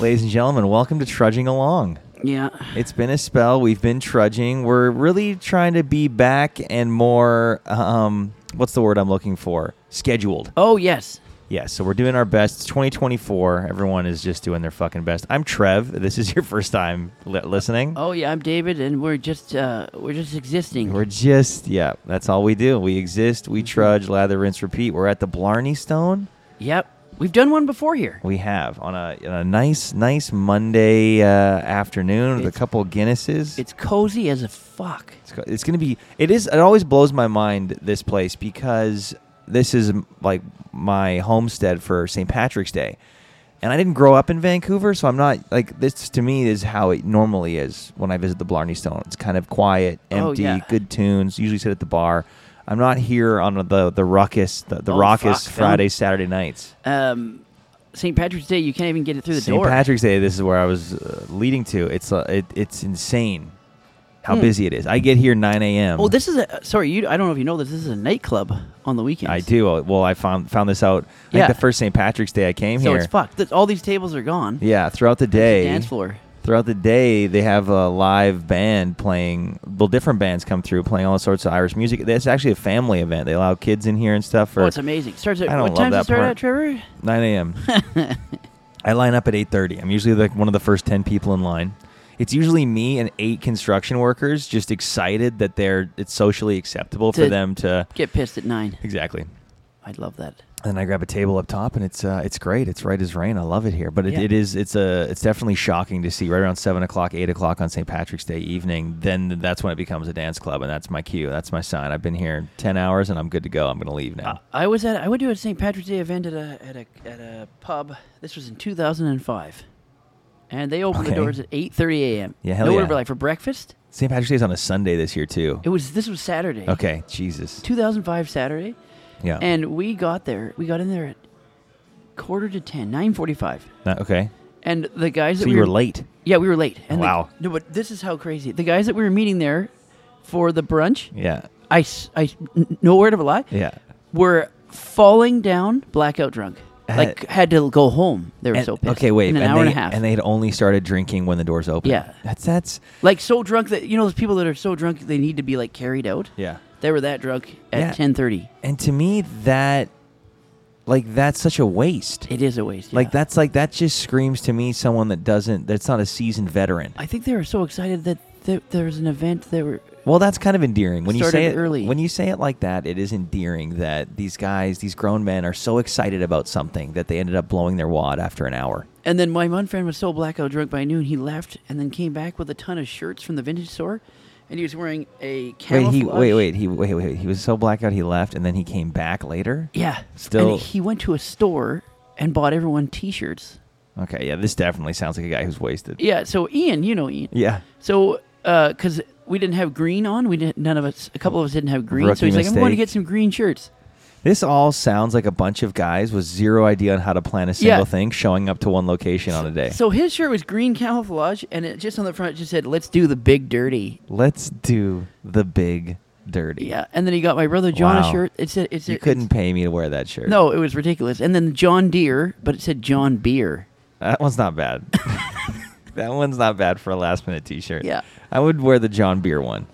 Ladies and gentlemen, welcome to Trudging Along. Yeah. It's been a spell. We've been trudging. We're really trying to be back and more, um, what's the word I'm looking for? Scheduled. Oh yes. Yeah, so we're doing our best. It's 2024. Everyone is just doing their fucking best. I'm Trev. This is your first time li- listening. Oh yeah. I'm David, and we're just uh, we're just existing. We're just, yeah, that's all we do. We exist, we trudge, lather, rinse, repeat. We're at the Blarney Stone. yep. We've done one before here. We have on a, on a nice, nice Monday uh, afternoon with a It's- couple of Guinnesses. It's cozy as a fuck. It's, go- it's going to be. It is. It always blows my mind this place because this is m- like my homestead for St. Patrick's Day, and I didn't grow up in Vancouver, so I'm not like this. To me, is how it normally is when I visit the Blarney Stone. It's kind of quiet, Oh, empty, yeah. good tunes. Usually sit at the bar. I'm not here on the the ruckus, the, the Oh, raucous fuck, fam. Friday, Saturday nights. Um, St. Patrick's Day, you can't even get it through the St. door. Patrick's Day. This is where I was uh, leading to. It's uh, it, it's insane how Hmm. busy it is. I get here 9 a.m. Oh, this is a sorry. You, I don't know if you know this. This is a nightclub on the weekends. I do. Well, I found found this out. I Yeah. think the first St. Patrick's Day I came So here. it's fucked. Th- All these tables are gone. Yeah, throughout the There's day, a Dance floor. throughout the day they have a live band playing. Well, different bands come through playing all sorts of Irish music. It's actually a family event. They allow kids in here and stuff for Oh, it's amazing. Starts at I don't what love time that does it start part. at, Trevor? 9 a.m. I line up at 8:30. I'm usually like one of the first 10 people in line. It's usually me and eight construction workers just excited that they're it's socially acceptable for To- them to Get pissed at nine. exactly. I'd love that. And then I grab a table up top, and it's uh, it's great. It's right as rain. I love it here, but it, Yeah. it is it's a it's definitely shocking to see right around seven o'clock, eight o'clock on St. Patrick's Day evening. Then that's when it becomes a dance club, and that's my cue. That's my sign. I've been here ten hours, and I'm good to go. I'm gonna leave now. I was at I went to a St. Patrick's Day event at a at a at a pub. This was in 2005, and they opened Okay. the doors at 8:30 a.m. Yeah, hell no yeah. Uber, like for breakfast. St. Patrick's Day is on a Sunday this year too. It was this was Saturday. Okay, Jesus, 2005 Saturday, yeah, and we got there. We got in there at quarter to ten, 9:45, Not- okay. and the guys So that you we were late. Yeah, we were late. And the- Wow. no, but this is how crazy. The guys that we were meeting there for the brunch, Yeah, I s- I s- n- no word of a lie, yeah. were falling down, blackout drunk. Uh, Like had to go home. They were And- so pissed. okay, wait. In an and hour they, and a half. and they had only started drinking when the doors opened. Yeah. that's that's like so drunk that you know those people that are so drunk they need to be like carried out. yeah. They were that drunk Yeah. at ten thirty. And to me, that like that's such a waste. It is a waste. Like yeah. that's like that just screams to me someone that doesn't that's not a seasoned veteran. I think they were so excited that th- there was an event. They were Well, that's kind of endearing when you Started say it early. When you say it like that, it is endearing that these guys, these grown men, are so excited about something that they ended up blowing their wad after an hour. And then my one friend was so blackout drunk by noon, he left and then came back with a ton of shirts from the vintage store, and he was wearing a camouflage. Wait, he wait wait he wait wait he was so blackout he left and then he came back later. Yeah. Still- And he went to a store and bought everyone T-shirts. Okay, yeah, this definitely sounds like a guy who's wasted. Yeah. So Ian, you know Ian. Yeah, So, because we didn't have green on, we didn't. None of us. A couple of us didn't have green. Rookie so he's like, I'm going to mistake. get some green shirts. this all sounds like a bunch of guys with zero idea on how to plan a single Yeah. thing, showing up to one location on a day. So his shirt was green camouflage, and it just on the front it just said, "Let's do the big dirty." Let's do the big dirty. Yeah. And then he got my brother John Wow. a shirt. It said, "It's You it's- couldn't pay me to wear that shirt. No, it was ridiculous. And then John Deere, but it said John Beer. That one's not bad. that one's not bad for a last minute t shirt. Yeah. I would wear the John Beer one.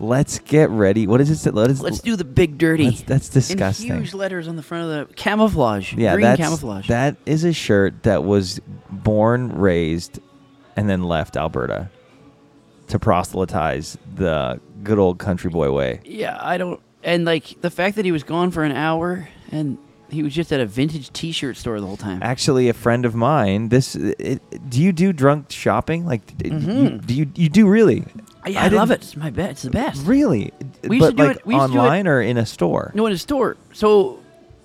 Let's get ready. What is it? that- Let us, Let's do the big dirty. That's- that's disgusting. In huge letters on the front of the camouflage. yeah, green that's, camouflage. That is a shirt that was born, raised, and then left Alberta to proselytize the good old country boy way. yeah, I don't. And like the fact that he was gone for an hour and he was just at a vintage T-shirt store the whole time. Actually, a friend of mine. This it, do you do drunk shopping? Like, d- d- you, Mhm. do you you do really? yeah, I I, love didn't- it. It's my best. It's the best. Really? We used but to do like it- we used to do it- online or in a store? No, in a store. So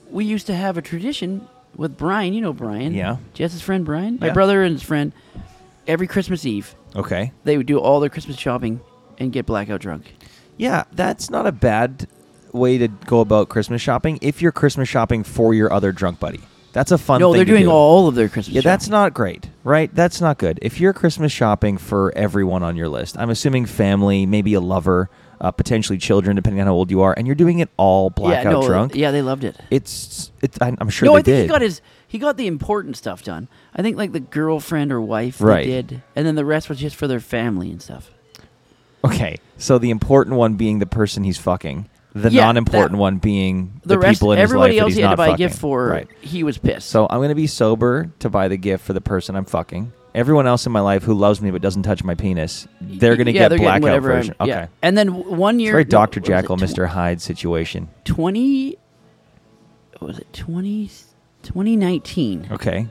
we used to have a tradition with Brian. You know Brian. Yeah. Jess's friend Brian. My Yeah. brother and his friend. Every Christmas Eve, Okay. they would do all their Christmas shopping and get blackout drunk. Yeah, that's not a bad way to go about Christmas shopping if you're Christmas shopping for your other drunk buddy. That's a fun no, thing they're to doing do. all of their Christmas. Yeah, that's shopping. not great, right? That's not good. If you're Christmas shopping for everyone on your list, I'm assuming family, maybe a lover, uh, potentially children, depending on how old you are, and you're doing it all blackout yeah, no, drunk. Yeah, they loved it. It's it's. I- I'm sure no, they I think did. he got his he got the important stuff done. I think like the girlfriend or wife Right. they did, and then the rest was just for their family and stuff. okay, so the important one being the person he's fucking. The Yeah, non-important that- one being The, rest, people in his life everybody that else he's he had not to buy fucking. a gift for, Right. he was pissed. So I'm gonna be sober to buy the gift for the person I'm fucking. Everyone else in my life who loves me but doesn't touch my penis, they're gonna yeah, get they're getting blackout whatever I'm- version. yeah. Okay, and then w- one it's year, very no, Doctor what was it, Jackal, tw- Mister Hyde situation. 20 what was it 20 2019 Okay,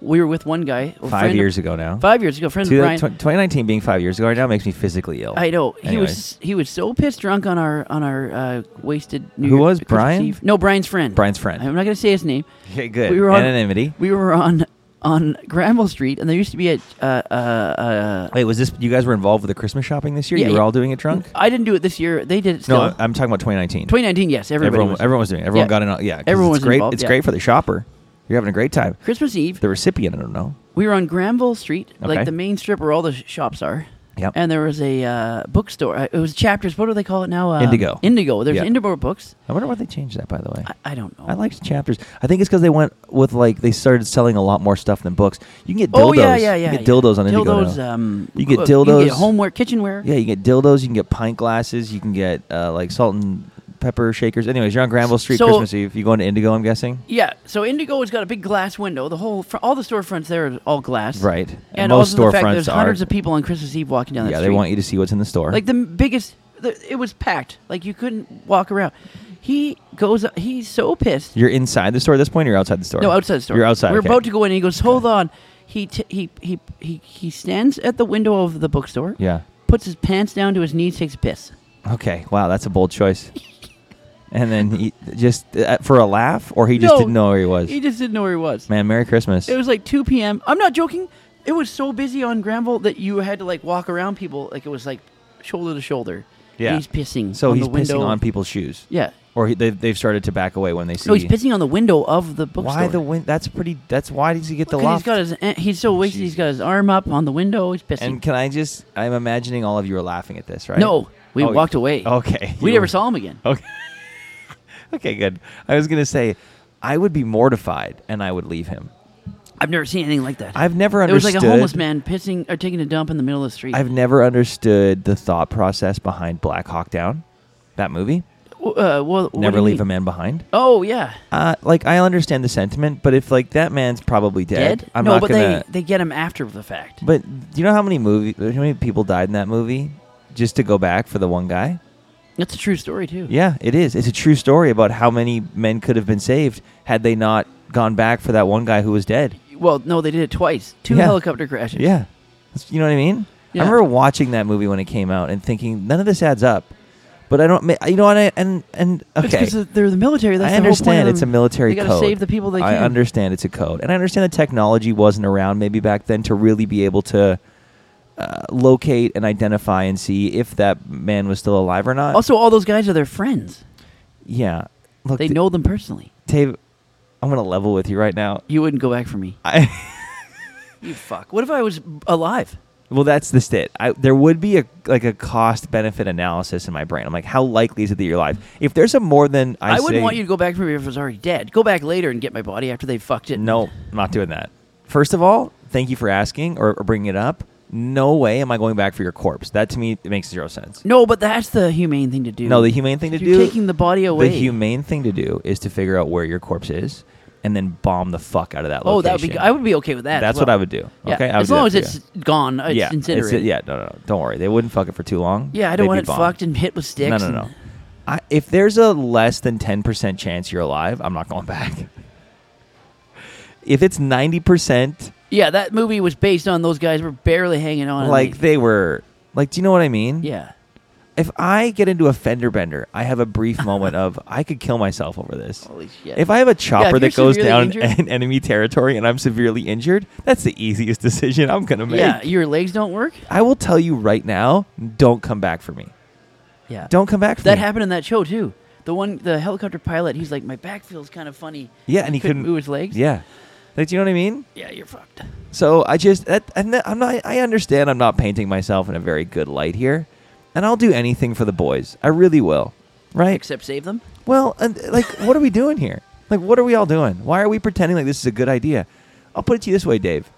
we were with one guy a five friend- years ago now. five years ago friend Two- of Brian, tw- 2019 being five years ago right now makes me physically ill. I know he Anyways. was he was so pissed drunk on our on our uh, wasted New Who Year- was, Christmas Brian? Eve. no Brian's friend Brian's friend. I'm not gonna say his name Okay, good. We were on- Anonymity. we were on on Granville Street and there used to be a uh, uh, uh, Wait, was this you guys were involved with the Christmas shopping this year? Yeah, you were yeah. all doing it drunk? I didn't do it this year they did it still No, I- I'm talking about 2019. 2019 yes everybody everyone, was. everyone was doing. it. Everyone Yeah. got in. on- Yeah, 'cause Everyone it's was great. involved, it's yeah. great for the shopper. You're having a great time. Christmas Eve The recipient, I don't know. we were on Granville Street, Okay. like the main strip where all the sh- shops are. Yep. And there was a uh, bookstore. uh, It was chapters. What do they call it now? Um, Indigo. Indigo. There's Yeah. Indigo books. I wonder why they changed that. By the way, I, I don't know. I liked chapters. I think it's because they went with like they started selling a lot more stuff than books. You can get dildos. Oh yeah, yeah, yeah. You can get dildos yeah. on Indigo. Dildos. now. Um, You get uh, You dildos. get homeware, kitchenware. yeah, you can get dildos. You can get pint glasses. You can get uh, like salt and pepper shakers. Anyways, you're on Granville Street So- Christmas Eve. You going to Indigo? I'm guessing. Yeah. So Indigo has got a big glass window. The whole fr- all the storefronts there are all glass. Right. And And, most also the fact storefronts that there's hundreds are- of people on Christmas Eve walking down that yeah, street. they want you to see what's in the store. Like the m- biggest, the, it was packed. Like you couldn't walk around. He goes. He's so pissed. You're inside the store at this point, or you're outside the store? No, outside the store. You're outside. We're okay. about to go in, and he goes, "Hold on." He, t- he he he he stands at the window of the bookstore. Yeah. Puts his pants down to his knees, takes a piss. Okay. Wow, that's a bold choice. and then he just uh, for a laugh, or he just No, didn't know where he was. He just didn't know where he was. Man, Merry Christmas. It was like 2 p.m. I'm not joking. It was so busy on Granville that you had to like walk around people. Like it was like shoulder to shoulder. Yeah. And he's pissing. so on he's the window. pissing on people's shoes, Yeah. or he, they, they've started to back away when they see. No, he's pissing on the window of the bookstore. Why the win? That's pretty. That's why does he get the Because loft? he's got his eh, he's so wasted. He's got his arm up on the window. He's pissing. and can I just? I'm imagining all of you are laughing at this, right? No, we Oh, walked away. Okay. We You never were- saw him again. Okay. okay. Good. I was gonna say, I would be mortified, and I would leave him. I've never seen anything like that. I've never It was like understood. a homeless man pissing or taking a dump in the middle of the street. I've never understood the thought process behind Black Hawk Down, that movie. W- uh, well, what do Never you leave a mean? man behind. Oh yeah, Uh, like I understand the sentiment, but if like that man's probably dead, dead. I'm no, not but gonna. they they get him after the fact. But do you know how many movie, how many people died in that movie, just to go back for the one guy? That's a true story too. Yeah, it is. It's a true story about how many men could have been saved had they not gone back for that one guy who was dead. Well, no, they did it twice. Two Yeah. helicopter crashes. Yeah, That's- you know what I mean. Yeah. I remember watching that movie when it came out and thinking none of this adds up. But I don't, ma- you know what? I and and okay. Because they're the military. That's I the whole point understand of it's a them. military They gotta code. save the people they I can. understand it's a code, and I understand the technology wasn't around maybe back then to really be able to uh, locate and identify and see if that man was still alive or not. Also, all those guys are their friends. yeah, look, They Ta- know them personally. Dave, I'm gonna level with you right now. You wouldn't go back for me. I, You fuck. What if I was alive? well, that's the stit. I, there would be a like a cost benefit analysis in my brain. I'm like, how likely is it that you're alive? If there's a more than I, I, wouldn't say- want you to go back for me if I was already dead. Go back later and get my body after they fucked it. No, I'm not doing that. First of all, thank you for asking or, or bringing it up. No way am I going back for your corpse. That to me it makes zero sense. No, but that's the humane thing to do. No, the humane thing to You're do taking the body away. the humane thing to do is to figure out where your corpse is and then bomb the fuck out of that Oh, location. that would be. I would be okay with that. as That's what well. I would do. Yeah, Okay, I would as do long that as for it's you. gone, it's yeah, it's- incinerated. yeah, no, no, no, don't worry. They wouldn't fuck it for too long. yeah. I don't They'd want be it bombed. fucked and hit with sticks. No, no, and- no. I, if there's a less than 10% chance you're alive, I'm not going back. If it's 90%, Yeah, that movie was based on those guys were barely hanging on. and like they were, like, do you know what I mean? yeah, If I get into a fender bender, I have a brief moment of, I could kill myself over this. holy shit. If I have a chopper you're that goes severely down injured- in enemy territory and I'm severely injured, that's the easiest decision I'm going to make. yeah, your legs don't work. I will tell you right now, don't come back for me. Yeah, Don't come back for That me. happened in that show too. The one, the helicopter pilot, he's like, my back feels kind of funny. Yeah, and he couldn't- move his legs. Yeah. Like, do you know what I mean? yeah, you're fucked. So I just that and that, I'm not I understand I'm not painting myself in a very good light here, and I'll do anything for the boys. I really will. Right? Except save them. Well, and, like, what are we doing here? Like, what are we all doing? Why are we pretending like this is a good idea? I'll put it to you this way, Dave.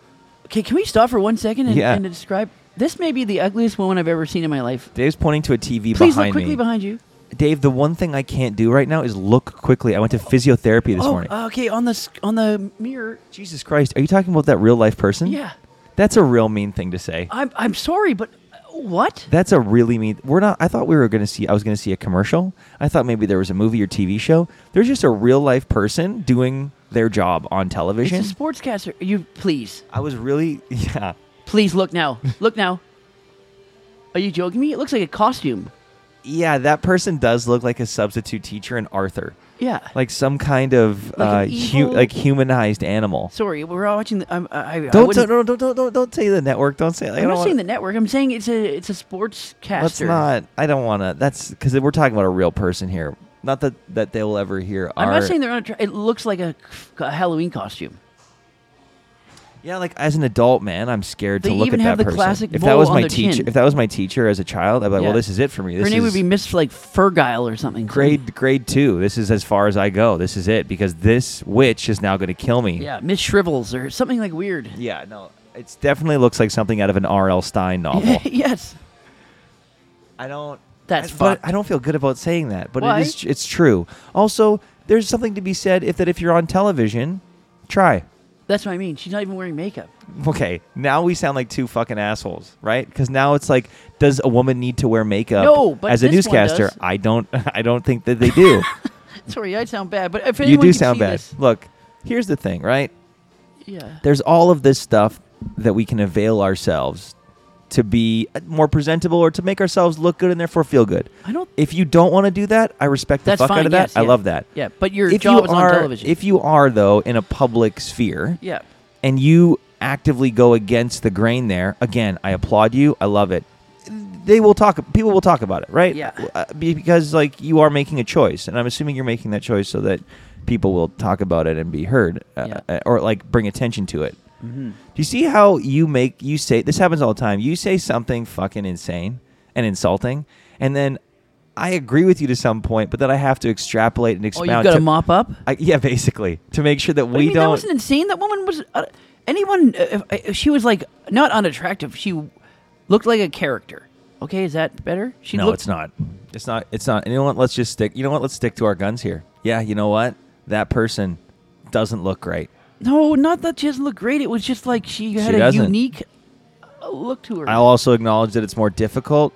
Okay, can we stop for one second and, Yeah. and describe? This may be the ugliest woman I've ever seen in my life. Dave's pointing to a TV Please look behind quickly me. behind you. Dave, the one thing I can't do right now is look quickly. I went to physiotherapy this oh, morning. okay. On the sc- on the mirror. Jesus Christ, are you talking about that real life person? Yeah. That's a real mean thing to say. I'm I'm sorry, but uh, what? That's a really mean. We're not. I thought we were going to see. I was going to see a commercial. I thought maybe there was a movie or TV show. There's just a real life person doing their job on It's television. a sportscaster. You please, I was really. Yeah. please look now. Look now. Are you joking me? It looks like a costume. Yeah, that person does look like a substitute teacher in Arthur, Yeah. like some kind of Like uh, an hu- evil- like humanized animal. sorry, we're all watching. The, I'm, I, I- I Don't wouldn't- don't no, no, don't don't don't say the network. Don't say. I I'm don't not wanna- saying the network. I'm saying it's a it's a sportscaster. Let's not. I don't want to. That's because we're talking about a real person here. Not that that they will ever hear. I'm our- not saying they're not. It looks like a, a Halloween costume. Yeah, like as an adult man, I'm scared They to look even at have that the person. classic if mole that was on my their teacher, chin. if that was my teacher as a child, I'd be like, Yeah. well, this is it for me. This Her name is would be Miss like Fergile or something. grade grade two. This is as far as I go. This is it because this witch is now going to kill me. Yeah, Miss Shrivels or something like weird. Yeah, no, it definitely looks like something out of an R.L. Stein novel. yes. I don't. That's I, but fucked. I don't feel good about saying that, but Why? it is. It's true. Also, there's something to be said if that if you're on television, try. That's what I mean. She's not even wearing makeup. Okay, now we sound like two fucking assholes, right? Because now it's like, does a woman need to wear makeup? No, but as a this one newscaster, does. I don't. I don't think that they do. Sorry, I sound bad, but if you anyone do can sound see bad. this- Look, here's the thing, right? yeah. There's all of this stuff that we can avail ourselves to be more presentable or to make ourselves look good and therefore feel good. I don't. If you don't want to do that, I respect the That's fuck fine. out of that. yes, I yeah. love that. Yeah, but your if job you is are, on television. if you are though in a public sphere, yeah. and you actively go against the grain there, again, I applaud you. I love it. They will talk. People will talk about it, right? Yeah. Uh, be- Because like you are making a choice, and I'm assuming you're making that choice so that people will talk about it and be heard, uh, Yeah. uh, or like bring attention to it. Mm-hmm. Do you see how you make you say this happens all the time? You say something fucking insane and insulting, and then I agree with you to some point, but then I have to extrapolate and Oh, expound. you've got to, to mop up. I- yeah, basically to make sure that What do we you mean, don't. That wasn't insane. That woman was. Uh, anyone. Uh, if, if she was like not unattractive. She looked like a character. Okay, is that better? She no, looked, it's not. It's not. It's not. You know what? Let's just stick. You know what? Let's stick to our guns here. Yeah. You know what? That person doesn't look great. No, not that she doesn't look great. It was just like she had a doesn't. unique uh, look to her. I'll also acknowledge that it's more difficult.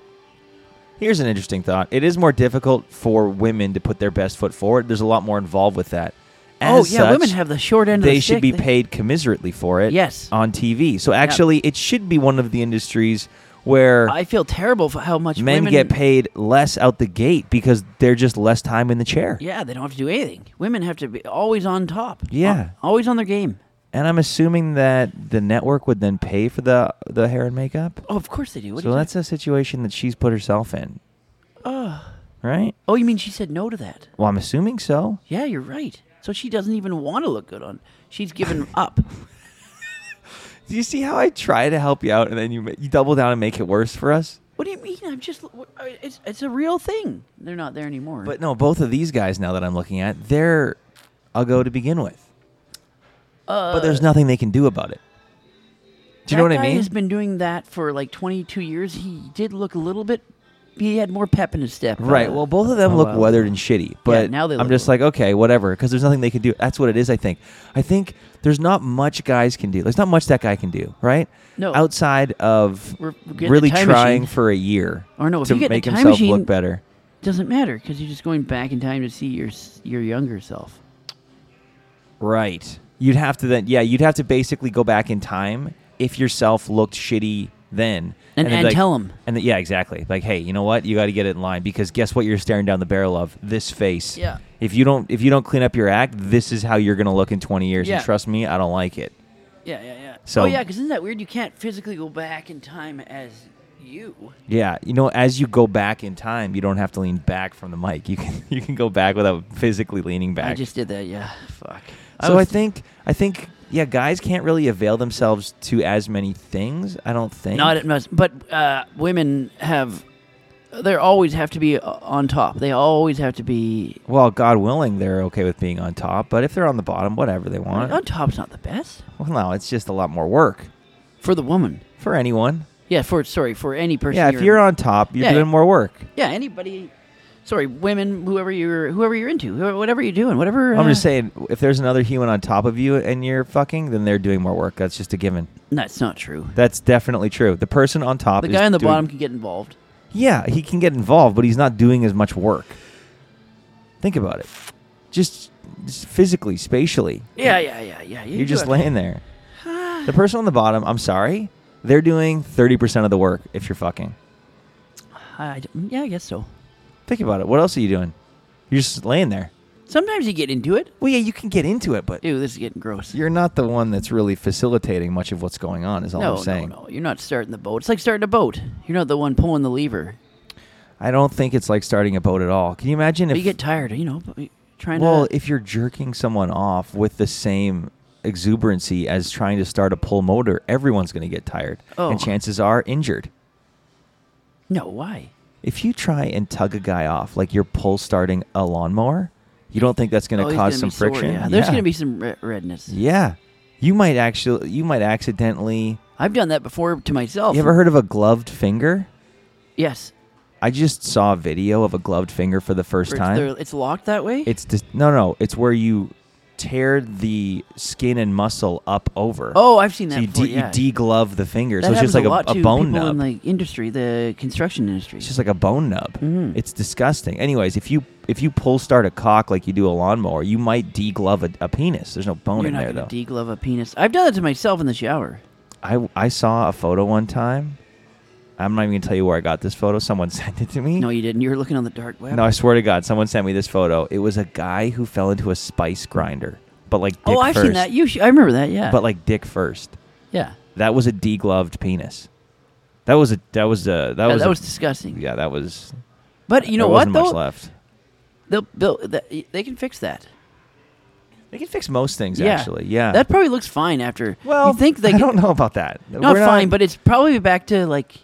Here's an interesting thought. It is more difficult for women to put their best foot forward. There's a lot more involved with that. oh As yeah, women such, have the short end. of They the should stick. be paid commiserately for it. Yes. On TV. So actually, it should be one of the industries where I feel terrible for how much men women get paid less out the gate because they're just less time in the chair. Yeah, they don't have to do anything. Women have to be always on top. Yeah. Al- always on their game. And I'm assuming that the network would then pay for the the hair and makeup. Oh, of course they do. What do so you that's a situation that she's put herself in, Oh. right? oh, you mean she said no to that? Well, I'm assuming so. Yeah, you're right. So she doesn't even want to look good on. She's given up. Do you see how I try to help you out and then you ma- you double down and make it worse for us? What do you mean? I'm just. what- I- It's it's a real thing. They're not there anymore. But no, both of these guys now that I'm looking at, they're I'll go to begin with. uh, But there's nothing they can do about it. Do you know that what I guy mean? Has been doing that for like 22 years. He did look a little bit. He had more pep in his step. Right. uh, Well, both of them a look while weathered ago. and shitty, but now they I'm look just like, weathered. okay, whatever, because there's nothing they can do. That's what it is. I think. I think there's not much guys can do. There's not much that guy can do, right? No. Outside of We're- we're getting a really time trying machine. for a year Or no, if to you get in a make time himself machine- look better. Doesn't matter because you're just going back in time to see your s- your younger self. Right. You'd have to then, yeah, you'd have to basically go back in time if yourself looked shitty then, And- then, and like- tell 'em. And then- yeah, exactly. Like, hey, you know what? You got to get it in line because guess what? You're staring down the barrel of this face. Yeah. If you don't, if you don't clean up your act, this is how you're gonna look in 20 years. Yeah. And trust me, I don't like it. Yeah, yeah, yeah. So- oh yeah, because isn't that weird? You can't physically go back in time as you. Yeah. You know, as you go back in time, you don't have to lean back from the mic. You can you can go back without physically leaning back. I just did that. Yeah. Fuck. So I, was- think I think yeah, guys can't really avail themselves to as many things. I don't think. not at most, but uh, women have they always have to be uh, on top. They always have to be Well, God willing, they're okay with being on top, but if they're on the bottom, whatever they want. on top's not the best Well, no, it's just a lot more work for the woman. for anyone. Yeah, for sorry for any person. Yeah, if you're on top, you're Yeah. doing more work. yeah anybody. Sorry, women, whoever you're, whoever you're into, whoever, whatever you're doing, whatever. I'm uh, just saying, if there's another human on top of you and you're fucking, then they're doing more work. That's just a given. That's not true. That's definitely true. The person on top, The is guy on the doing- bottom can get involved. Yeah, he can get involved, but he's not doing as much work. Think about it. Just, just physically, spatially, Yeah, yeah, yeah, yeah. You you're just have- laying there. The person on the bottom, I'm sorry, they're doing 30% of the work if you're fucking. I d- yeah, I guess so. Think about it. What else are you doing? You're just laying there. Sometimes you get into it. Well, yeah, you can get into it, but Ew, this is getting gross. you're not the one that's really facilitating much of what's going on. Is all no, I'm saying. no, no. You're not starting the boat. It's like starting a boat. You're not the one pulling the lever. I don't think it's like starting a boat at all. Can you imagine But if you get tired, you know, but you- trying well, to. if you're jerking someone off with the same exuberancy as trying to start a pull motor, everyone's going to get tired, Oh. and chances are injured. no, why? If you try and tug a guy off like you're pull starting a lawnmower, you don't think that's going Oh, to he's cause gonna some be sore, friction? Yeah, there's going to be some re- redness. Yeah, you might actually you might accidentally. I've done that before to myself. You ever heard of a gloved finger? Yes. I just saw a video of a gloved finger for the first Where time. It's, they're- it's locked that way. It's dis- no, no. It's where you tear the skin and muscle up over. oh, I've seen that. so you, before, de- yeah. you deglove the finger. That so it's happens just like a, a, lot a to bone people in nub. the industry, the construction industry. it's just like a bone nub. Mhm. It's disgusting. Anyways, if you if you pull start a cock like you do a lawnmower, you might deglove a, a penis. There's no bone You're in not there though. gonna deglove a penis. I've done that to myself in the shower. I I saw a photo one time. I'm not even gonna tell you where I got this photo. Someone sent it to me. No, you didn't. You were looking on the dark web. Mm. No, I swear to God, someone sent me this photo. It was a guy who fell into a spice grinder, but like dick oh, I've first. seen that. You, sh- I remember that. Yeah. But like dick first. yeah. That was a degloved penis. That was a that was a that Yeah, was that a- was disgusting. yeah that was. But you know there what wasn't though? Much left. They'll, they'll, th- they can fix that. They can fix most things yeah. actually. Yeah. That probably looks fine after. well, you think they I can- don't know about that. not We're fine, but it's probably back to like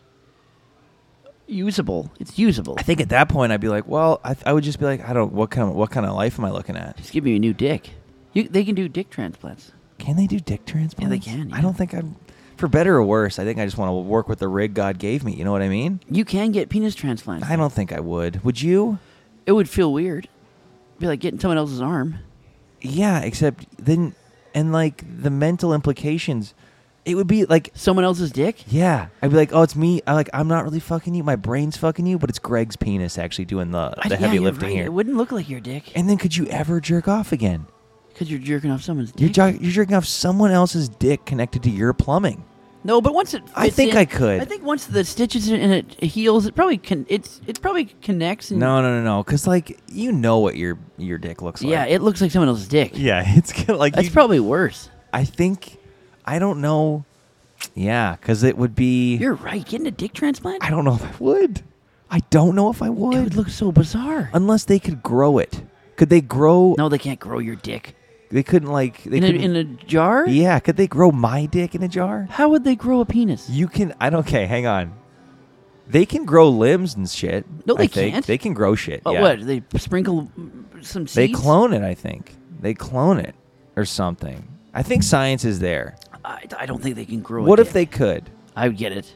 usable. It's usable. I think at that point I'd be like, well, I, th- I would just be like, I don't. What kind of what kind of life am I looking at? Just give me a new dick. You, they can do dick transplants. Can they do dick transplants? can, yeah. I don't think I'm. For better or worse, I think I just want to work with the rig God gave me. You know what I mean? You can get penis transplants. I don't think I would. Would you? It would feel weird. Be like getting someone else's arm. Yeah, except then, and like the mental implications, it would be like, Someone else's dick. yeah, I'd be like, oh, it's me. I like, I'm not really fucking you. My brain's fucking you, but it's Greg's penis actually doing the, I- the yeah, heavy you're lifting right. It here. wouldn't look like your dick And then could you ever jerk off again? because you're jerking off someone's You're, dick. jo- you're jerking off someone else's dick connected to your plumbing. no, but once it. I fits think in- I could. I think once the stitches in- and it heals, it probably can. It's it probably connects. And, No, no, no, no, because like you know what your your dick looks like. Yeah, it looks like someone else's dick. yeah, it's gonna, like That's you- probably worse. I think I don't know. Yeah, because it would be. You're right. Getting a dick transplant. I don't know if I would. I don't know if I would. It would look so bizarre. unless they could grow it. Could they grow? no, they can't grow your dick They couldn't like. They in a, couldn't. in a jar. yeah, could they grow my dick in a jar? How would they grow a penis? You can. I don't. Okay, hang on. They can grow limbs and shit. No, they I think. can't. They can grow shit. Uh, yeah. What they sprinkle mm, some seeds. They clone it. I think they clone it or something. I think science is there. I, I don't think they can grow. What a if dick. they could? I would get it.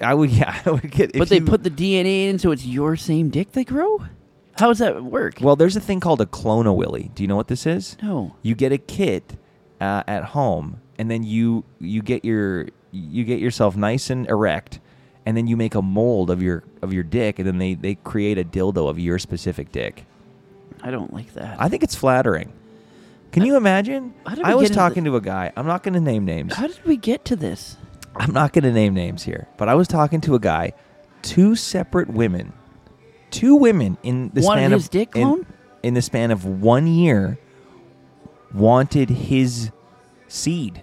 I would. Yeah, I would get. if But they you- put the DNA in, so it's your same dick they grow. How does that work? Well, there's a thing called a clone a willy. Do you know what this is? no. you get a kit uh, at home and then you you get your you get yourself nice and erect and then you make a mold of your of your dick and then they they create a dildo of your specific dick I don't like that. i think it's flattering can you imagine how did i we was get into talking to a guy i'm not going to name names How did we get to this? i'm not going to name names here but i was talking to a guy two separate women two women in the Wanted span his of dick in- clone? in the span of one year wanted his seed.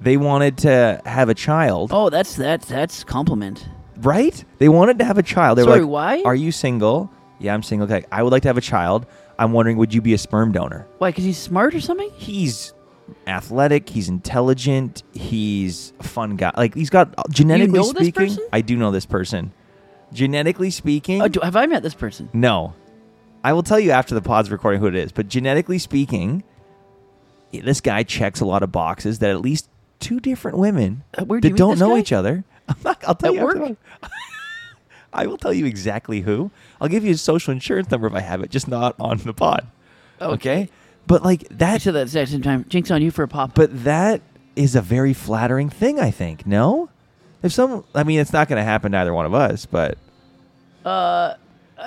They wanted to have a child, Oh, that's that's that's compliment. right? They wanted to have a child. They Sorry, were like, why? Are you single? Yeah, I'm single. Okay, I would like to have a child. I'm wondering, would you be a sperm donor? Why? Because he's smart or something? He's athletic. He's intelligent. He's a fun guy. Like he's got genetically know this speaking. person? I do know this person. Genetically speaking, Oh, do, have I met this person? no. I will tell you after the pod's recording who it is, but genetically speaking, i- this guy checks a lot of boxes that at least two different women Uh, where'd you that meet don't this know guy? each other. I'm not, I'll tell At you after work? the- I will tell you exactly who. I'll give you his social insurance number if I have it, just not on the pod. Okay. But like Oh, I that said that at the same time. Jinx on you for a pop. but that is a very flattering thing, I think. No? If some I mean it's not going to happen to either one of us, but Uh,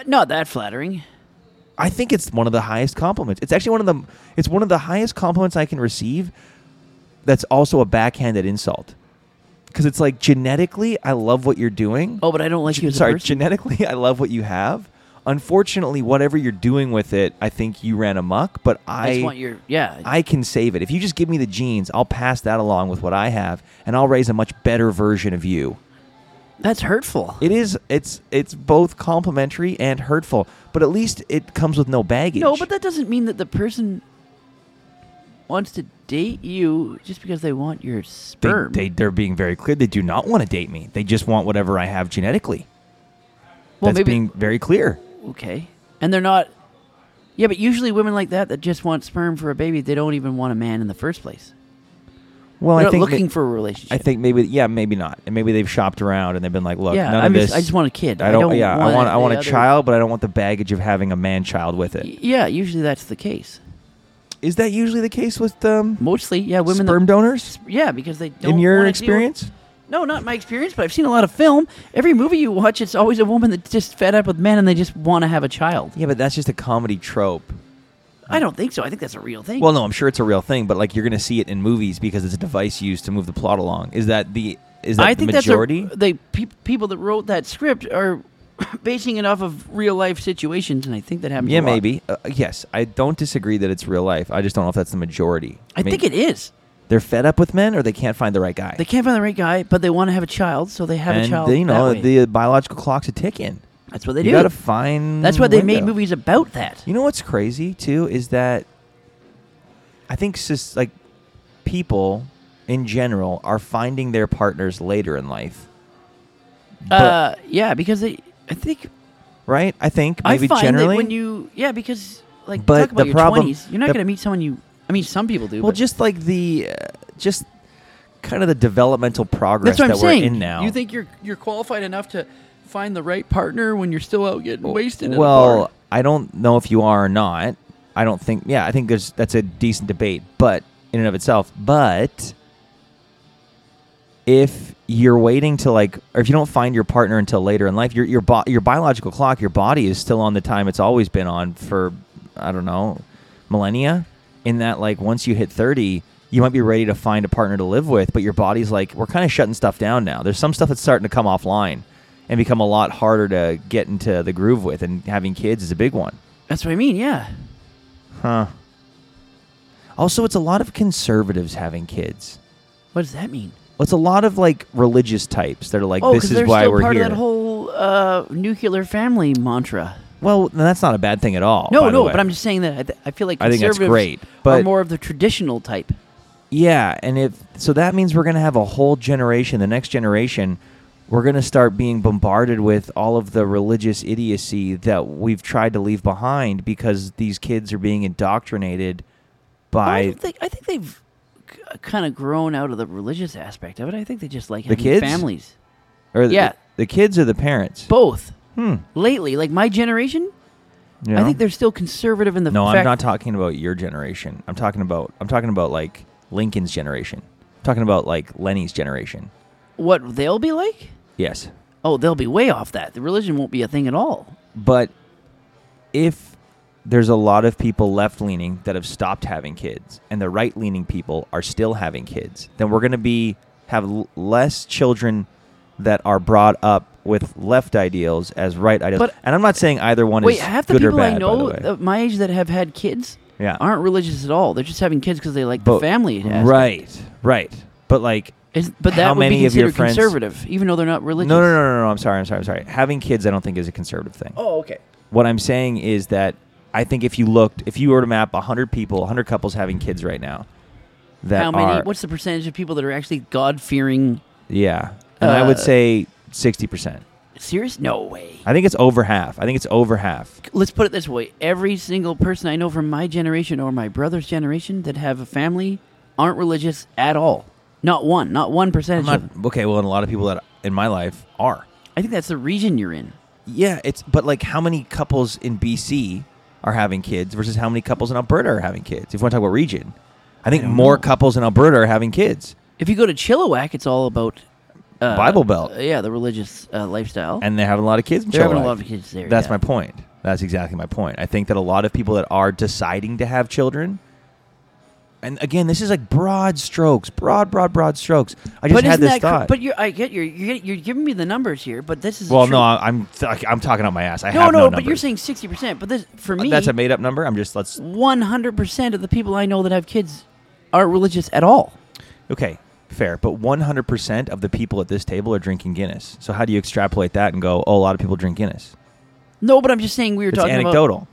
not that flattering. I think it's one of the highest compliments. It's actually one of the it's one of the highest compliments I can receive. That's also a backhanded insult because it's like genetically I love what you're doing. Oh, but I don't like you as a Sorry, person. genetically I love what you have. Unfortunately, whatever you're doing with it, I think you ran amok. But I, I just want your yeah. I can save it. If you just give me the genes, I'll pass that along with what I have, and I'll raise a much better version of you. that's hurtful. It is it's it's both complimentary and hurtful, but at least it comes with no baggage. No, but that doesn't mean that the person wants to date you just because they want your They, sperm. they they're being very clear. They do not want to date me. They just want whatever I have genetically. well, That's maybe being very clear. okay, and they're not. Yeah, but usually women like that that just want sperm for a baby, they don't even want a man in the first place. Well, they're I think not looking that- for a relationship. I think maybe yeah, maybe not. And maybe they've shopped around and they've been like, look, Yeah, none I'm of just- this. I just want a kid. I I don't. don't yeah, I want want I the want a other- child, but I don't want the baggage of having a man child with it. Y- Yeah, usually that's the case. Is that usually the case with um, Mostly, yeah, women. that- sperm donors? yeah, because they don't. In your wanna deal- experience, no, not my experience, but I've seen a lot of film. Every movie you watch, it's always a woman that's just fed up with men and they just want to have a child. yeah, but that's just a comedy trope. I don't think so. I think that's a real thing. Well, no, I'm sure it's a real thing, but like you're gonna see it in movies because it's a device used to move the plot along. Is that the is that I the think majority? that's a, the peop people that wrote that script are basing it off of real life situations, and I think that happens. yeah, a lot. maybe. Uh, yes, I don't disagree that it's real life. I just don't know if that's the majority. I think it is. They're fed up with men, or they can't find the right guy. They can't find the right guy, but they want to have a child, so they have and a child. they- you that know way. the biological clock's a ticking. that's what they you do. gotta find. that's why they made window. movies about that. You know what's crazy too is that I think sis, like people in general are finding their partners later in life, but- uh, yeah, because they, I think right? I think I maybe find generally that when you, yeah, because like But talk about the your problem- twenties, you're not the- going to meet someone you. I mean, some people do. well, but just like the uh, just kind of the developmental progress that's what I'm that saying. we're in now. You think you're you're qualified enough to find the right partner when you're still out getting wasted? at a well, bar? I don't know if you are or not. I don't think. Yeah, I think there's that's a decent debate, but in and of itself, but if you're waiting to like, or if you don't find your partner until later in life, your your bo- your biological clock, your body is still on the time it's always been on for I don't know millennia. In that, like, once you hit thirty. You might be ready to find a partner to live with, but your body's like, we're kind of shutting stuff down now. There's some stuff that's starting to come offline and become a lot harder to get into the groove with, and having kids is a big one. that's what I mean. Yeah, Huh. Also, it's a lot of conservatives having kids. what does that mean? Well, It's a lot of like religious types that are like, oh, this because is they're why still we're part here. of that whole uh, nuclear family mantra. well, then that's not a bad thing at all. Oh, by No, the no, way. but I'm just saying that I, th- I feel like I think that's conservatives great, are but- more of the traditional type. Yeah, and if so, that means we're gonna have a whole generation, the next generation, we're gonna start being bombarded with all of the religious idiocy that we've tried to leave behind because these kids are being indoctrinated by I don't think I think they've c- kind of grown out of the religious aspect of it. I think they just like The having kids? families. Or the, Yeah. the kids or the parents? Both hmm. lately, like my generation, You know? I think they're still conservative in the No, fact. I'm not talking about your generation. I'm talking about I'm talking about like Lincoln's generation. I'm talking about like Lenny's generation. what they'll be like. Yes. Oh, they'll be way off that. The religion won't be a thing at all. But if there's a lot of people left leaning that have stopped having kids and the right leaning people are still having kids, then we're going to be have l- less children that are brought up with left ideals as right ideals. But- and I'm not saying either one Wait, is half the good or people bad. I by know the way. of my age that have had kids yeah. aren't religious at all. They're just having kids because they like the But- family. aspect. Right. Right. But like Is, but that How would be many of considered your friends- conservative, even though they're not religious. No, no, no, no, no. I'm sorry. I'm sorry. I'm sorry. Having kids, I don't think is a conservative thing. Oh, okay. What I'm saying is that I think if you looked, if you were to map 100 people, 100 couples having kids right now, that How many? are what's the percentage of people that are actually God fearing? yeah, and I would uh, say 60 percent. serious? No way. I think it's over half. I think it's over half. Let's put it this way: every single person I know from my generation or my brother's generation that have a family aren't religious at all. Not one. Not one I'm percentage not, of them. okay, well, and a lot of people that in my life are. I think that's the region you're in. Yeah, it's but like how many couples in BC are having kids versus how many couples in Alberta are having kids? If you want to talk about region, I think don't more know. couples in Alberta are having kids. If you go to Chilliwack, it's all about uh, Bible Belt. uh, yeah, the religious uh, lifestyle. and they're having a lot of kids. in They're having a Chilliwack. lot of kids there, That's yeah. my point. That's exactly my point. I think that a lot of people that are deciding to have children, and again, this is like broad strokes, broad, broad, broad strokes. I just but had isn't this that cr- thought. but you're, I get you're, you're you're giving me the numbers here, but this is well, true. no, I- I'm th- I'm talking out my ass. I no, have no, no, but you're numbers. saying sixty percent. But this for Uh, me, that's a made up number. I'm just let's one hundred percent of the people I know that have kids are religious at all. okay, fair. But 100 percent of the people at this table are drinking Guinness. So how do you extrapolate that and go, oh, a lot of people drink Guinness? No, but I'm just saying we were It's talking about- anecdotal.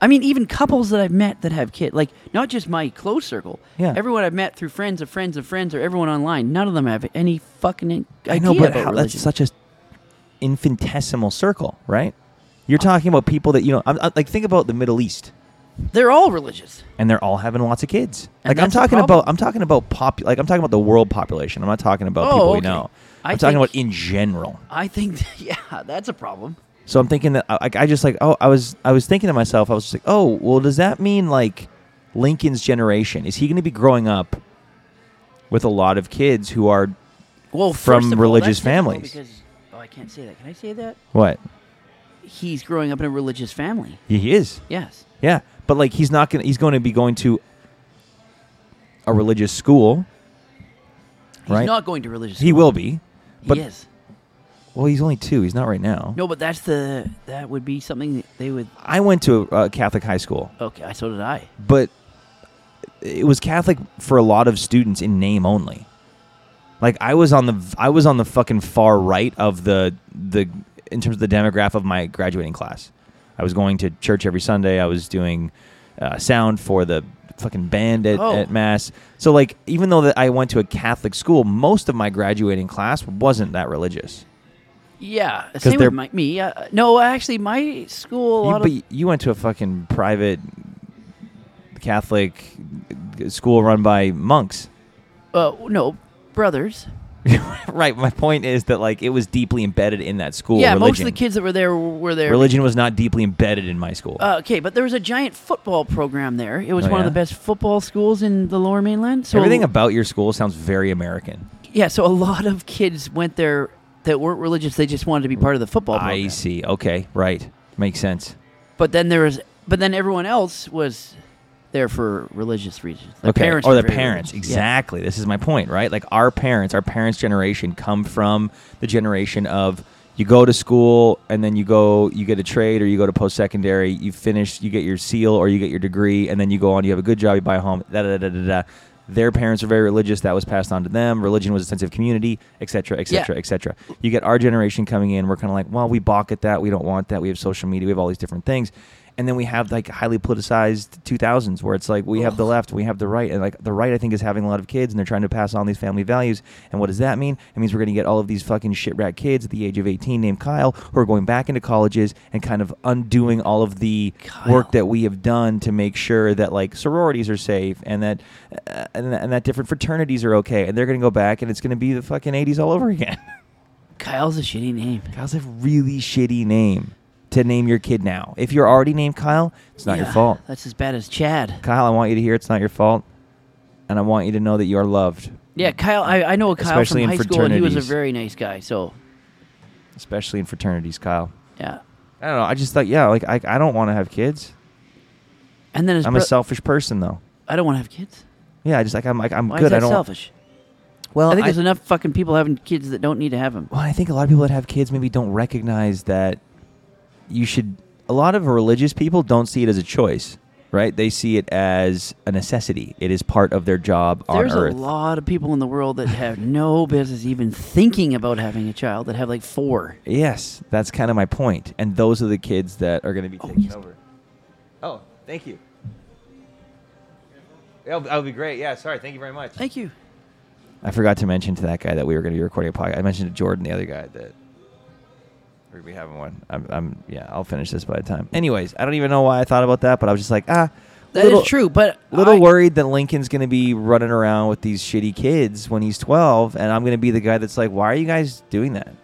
I mean, even couples that I've met that have kids, like not just my close circle. Yeah. Everyone I've met through friends of friends of friends or everyone online, none of them have any fucking in- idea I know, but about how, that's religion. such a infinitesimal circle, right? Uh, You're talking about people that you know. I'm, I, like, think about the Middle East, They're all religious. and they're all having lots of kids. And like, I'm that's the talking problem. about, I'm talking about pop, like I'm talking about the world population. I'm not talking about Oh, people we okay. know. I I'm talking think- about in general. I think, yeah, that's a problem. So I'm thinking that, like, I just like, oh, I was, I was thinking to myself, I was just like, oh, well, does that mean like Lincoln's generation is he going to be growing up with a lot of kids who are Well, From first of all, religious that's difficult families. Because, oh, I can't say that. Can I say that? what? He's growing up in a religious family. He is. Yes. Yeah, but like he's not gonna. He's going to be going to a religious school, He's right? not going to religious. he will be. But he is. well, he's only two. He's not right now. No, but that's the that would be something that they would. I went to a, a Catholic high school, Okay, so did I. but it was Catholic for a lot of students in name only. Like I was on the I was on the fucking far right of the the in terms of the demograph of my graduating class. I was going to church every Sunday. I was doing uh, sound for the fucking band at, Oh. at mass. So like even though that I went to a Catholic school, most of my graduating class wasn't that religious. Yeah, same they're- with my, me. Uh, no, actually, my school. A You, lot but of, you went to a fucking private Catholic uh, school run by monks. Uh, no, brothers. right. My point is that like it was deeply embedded in that school. yeah, most religion. of the kids that were there were there. Religion was not deeply embedded in my school. Uh, okay, but there was a giant football program there. It was Oh, one of yeah? the best football schools in the Lower Mainland. So Everything about your school sounds very American. yeah, so a lot of kids went there that weren't religious. They just wanted to be part of the football program. I see. Okay. Right. Makes sense. But then there was, but then everyone else was there for religious reasons. Their okay. parents or were the very parents. religious. Yeah. Exactly. This is my point, right? Like our parents, our parents' generation come from the generation of you go to school and then you go you get a trade or you go to post secondary, you finish, you get your seal or you get your degree, and then you go on, you have a good job, you buy a home, da da da da da. Their parents are very religious. That was passed on to them. Religion was a sense of community, et cetera, et Yeah. cetera, et cetera. You get our generation coming in. We're kind of like, well, we balk at that. We don't want that. We have social media. We have all these different things. And then we have like highly politicized 2000s where it's like we have the Ugh. left, we have the right. And like the right, I think, is having a lot of kids and they're trying to pass on these family values. And what does that mean? It means we're going to get all of these fucking shit rat kids at the age of 18 named Kyle who are going back into colleges and kind of undoing all of the Kyle. work that we have done to make sure that like sororities are safe and that uh, and, that- and that different fraternities are okay and they're going to go back and it's going to be the fucking 80s all over again. Kyle's a shitty name. Kyle's a really shitty name to name your kid now. If you're already named Kyle, it's not your Yeah, fault. That's as bad as Chad. Kyle, I want you to hear it's not your fault, and I want you to know that you are loved, Yeah, Kyle. I, I know a Kyle Especially in from high school, and he was a fraternities. very nice guy. So especially in fraternities, Kyle. yeah. I don't know. I just thought, yeah, like I, I don't want to have kids. And then his I'm bro- a selfish person, though. I don't want to have kids. Yeah, I just like I'm like I'm Why good. is that I don't. selfish? Well, I think there's enough fucking people having kids that don't need to have them. Well, I think a lot of people that have kids maybe don't recognize that you should. A lot of religious people don't see it as a choice, right? They see it as a necessity. It is part of their job on There's Earth. a lot of people in the world that have no business even thinking about having a child that have like four. Yes, that's kind of my point. And those are the kids that are going to be Oh, taken yes. over. Oh, thank you. That'll, that'll be great. Yeah, sorry. Thank you very much. Thank you. I forgot to mention to that guy that we were going to be recording a podcast. I mentioned to Jordan, the other guy, that We're gonna be having one. I'm, I'm, yeah, I'll finish this by the time. Anyways, I don't even know why I thought about that, but I was just like, ah, That is little, true, but Little I- worried that Lincoln's gonna be running around with these shitty kids when he's 12, and I'm gonna be the guy that's like, why are you guys doing that?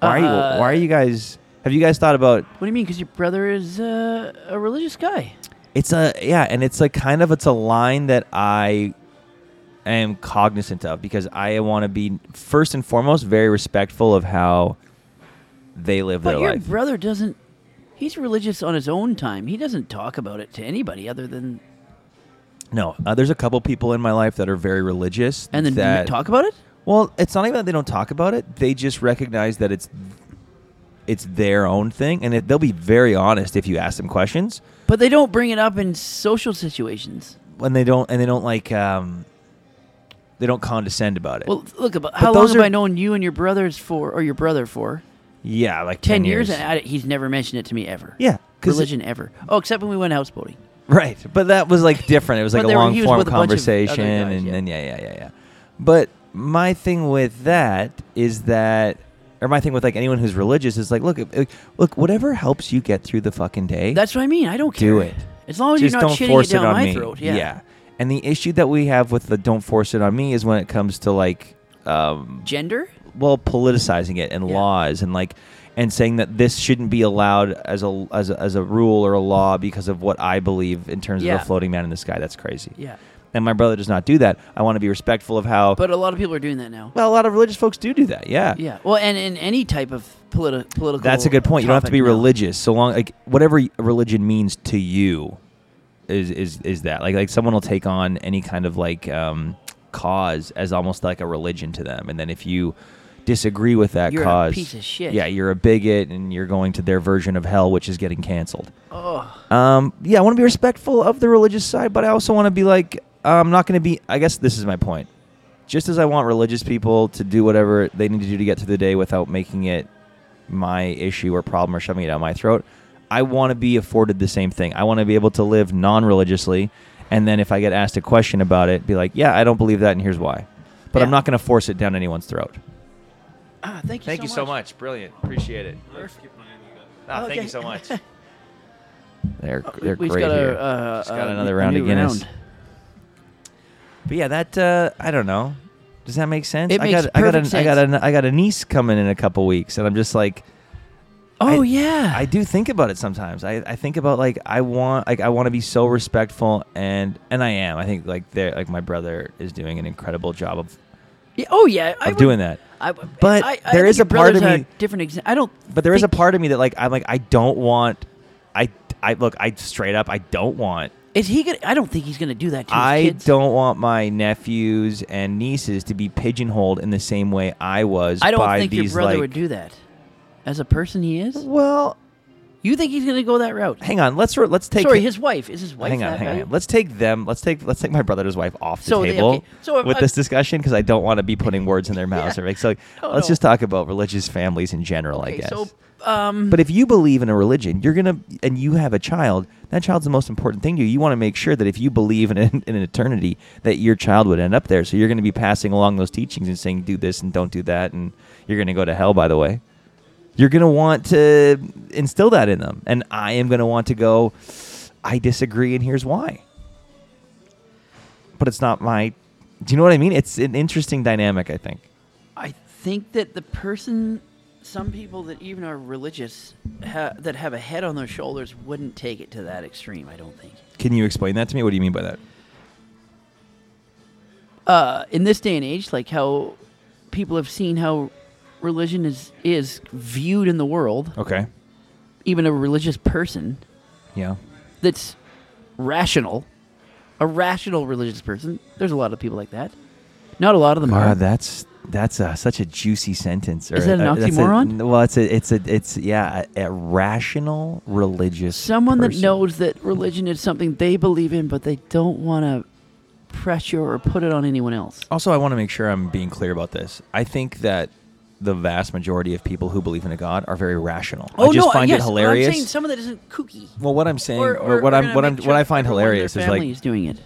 Why are you? Uh, Why are you guys? Have you guys thought about? What do you mean? Because your brother is uh, a religious guy. It's a yeah, and it's like kind of it's a line that I am cognizant of because I want to be first and foremost very respectful of how they live But their your life. brother doesn't. He's religious on his own time. He doesn't talk about it to anybody other than. No, uh, there's a couple people in my life that are very religious, And then that you talk about it? Well, it's not even that they don't talk about it; they just recognize that it's it's their own thing, and it, they'll be very honest if you ask them questions. But they don't bring it up in social situations. And they don't, and they don't like um, they don't condescend about it. Well, th- look, about how long those have are- I known you and your brothers for, or your brother for? yeah, like 10, ten, years, and I, he's never mentioned it to me ever. yeah, 'cause- Religion ever. Oh, except when we went houseboating. Right, but that was like different. It was But like a they were- long he was form with a bunch of other conversation, guys, and yeah. then yeah, yeah, yeah, yeah. But my thing with that is that, or my thing with like anyone who's religious is like, look, if- if- look, whatever helps you get through the fucking day, That's what I mean. I don't care. do it. As long as Just you're not don't shitting force it down on my me. throat. Yeah. and the issue that we have with the "don't force it on me" is when it comes to like, um, Gender? well, politicizing it and Yeah. laws and like, and saying that this shouldn't be allowed as a as a, as a rule or a law because of what I believe in terms Yeah. of a floating man in the sky. That's crazy Yeah. and my brother does not do that. I want to be respectful of how. But a lot of people are doing that now. well, a lot of religious folks do do that. Yeah, Yeah. Well, and in any type of politi- political. that's a good point. You don't have to be topic now. religious, so long like whatever y- religion means to you, is is is that like like someone will take on any kind of like um, cause as almost like a religion to them, and then if you disagree with that You're a cause, piece of shit. Yeah, you're a bigot, and you're going to their version of hell, which is getting canceled. Oh, Um, yeah, I want to be respectful of the religious side, but I also want to be like, I'm not going to be. I guess this is my point. Just as I want religious people to do whatever they need to do to get through the day without making it my issue or problem or shoving it down my throat, I want to be afforded the same thing. I want to be able to live non religiously. And then if I get asked a question about it, be like, yeah, I don't believe that, and here's why. But I'm Yeah. not going to force it down anyone's throat. ah, thank you. so much. Brilliant. Appreciate it. Ah, thank you Okay. so much. They're, Uh, they're we've great got a, here. uh, Just got a- another a round of new Guinness. round. But yeah, that uh, I don't know. Does that make sense? It I makes got I got perfect an, I got an, I got a niece coming in a couple weeks, and I'm just like Oh I- yeah. I do think about it sometimes. I, I think about like I want like I want to be so respectful, and and I am. I think like they are like my brother is doing an incredible job of, Yeah, oh yeah. I of would- doing that. I, but I, there I think is a your part of brother's a me- different example. I don't. But there is a think- part of me that like I'm like I don't want. I I look I straight up I don't want Is he gonna? I don't think he's gonna do that to his I kids. don't want my nephews and nieces to be pigeonholed in the same way I was. I don't by think your these, brother like- would do that. As a person, he is. Well, You think he's gonna go that route? hang on. Let's re- let's take. Sorry, his wife is his wife. hang on, that hang on. valuable? Let's take them. Let's take let's take my brother and his wife off the So they- table okay, so if with I- this discussion because I don't want to be putting words in their mouths. Yeah. Or make, so like, Oh, let's no. just talk about religious families in general. I Okay, guess. so um, But if you believe in a religion, you're gonna, and you have a child. That child's the most important thing to you. You want to make sure that if you believe in an, in an eternity, that your child would end up there. So you're gonna be passing along those teachings and saying, "Do this and don't do that," and you're gonna go to hell. By the way, you're gonna want to instill that in them, and I am gonna want to go. I disagree, and here's why. But it's not my. Do you know what I mean? It's an interesting dynamic. I think. I think that the person, some people that even are religious, ha- that have a head on their shoulders, wouldn't take it to that extreme. I don't think. Can you explain that to me? What do you mean by that? Uh, in this day and age, like how people have seen how religion is is viewed in the world, Okay. even a religious person Yeah. that's rational, a rational religious person. There's a lot of people like that. Not a lot of them are. God, that's that's a, such a juicy sentence. Or Is that an uh, that's a- oxymoron? well, it's a it's a it's yeah, a, a rational religious Someone that person. knows that religion is something they believe in, but they don't want to pressure or put it on anyone else. Also, I want to make sure I'm being clear about this. I think that the vast majority of people who believe in a god are very rational. I just find Oh, yes, it I'm saying hilarious. someone that isn't kooky. well, what I'm saying, Or, or, or, what or I'm gonna what I'm make what sure I find everyone in their hilarious is family like is doing it.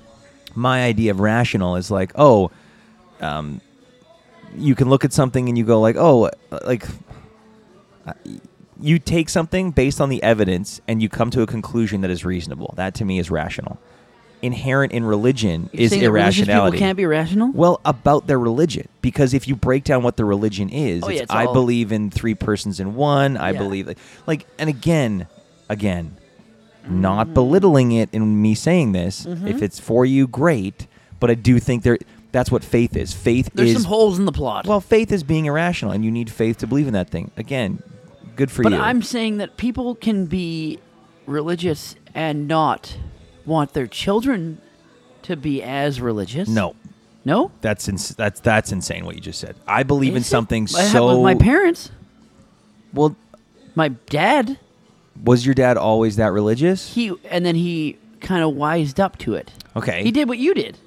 my idea of rational is like, oh, um, you can look at something and you go like, oh, like you take something based on the evidence and you come to a conclusion that is reasonable. That to me is rational. Inherent in religion You're is saying that religious irrationality. People can't be rational. well, about their religion, because if you break down what the religion is, Oh, yeah, it's, it's I all- believe in three persons in one. I Yeah. believe like, like, and again, again, Mm-hmm. not belittling it in me saying this. If it's for you, great. But I do think there. That's what faith is. Faith There's is some holes in the plot. well, faith is being irrational, and you need faith to believe in that thing. Again, good for but you. I'm saying that people can be religious and not want their children to be as religious. no, No. that's ins- that's that's insane. What you just said. I believe in Is it? something I have so. with my parents, well, my dad. was your dad always that religious? He and then he kind of wised up to it. Okay. He did what you did.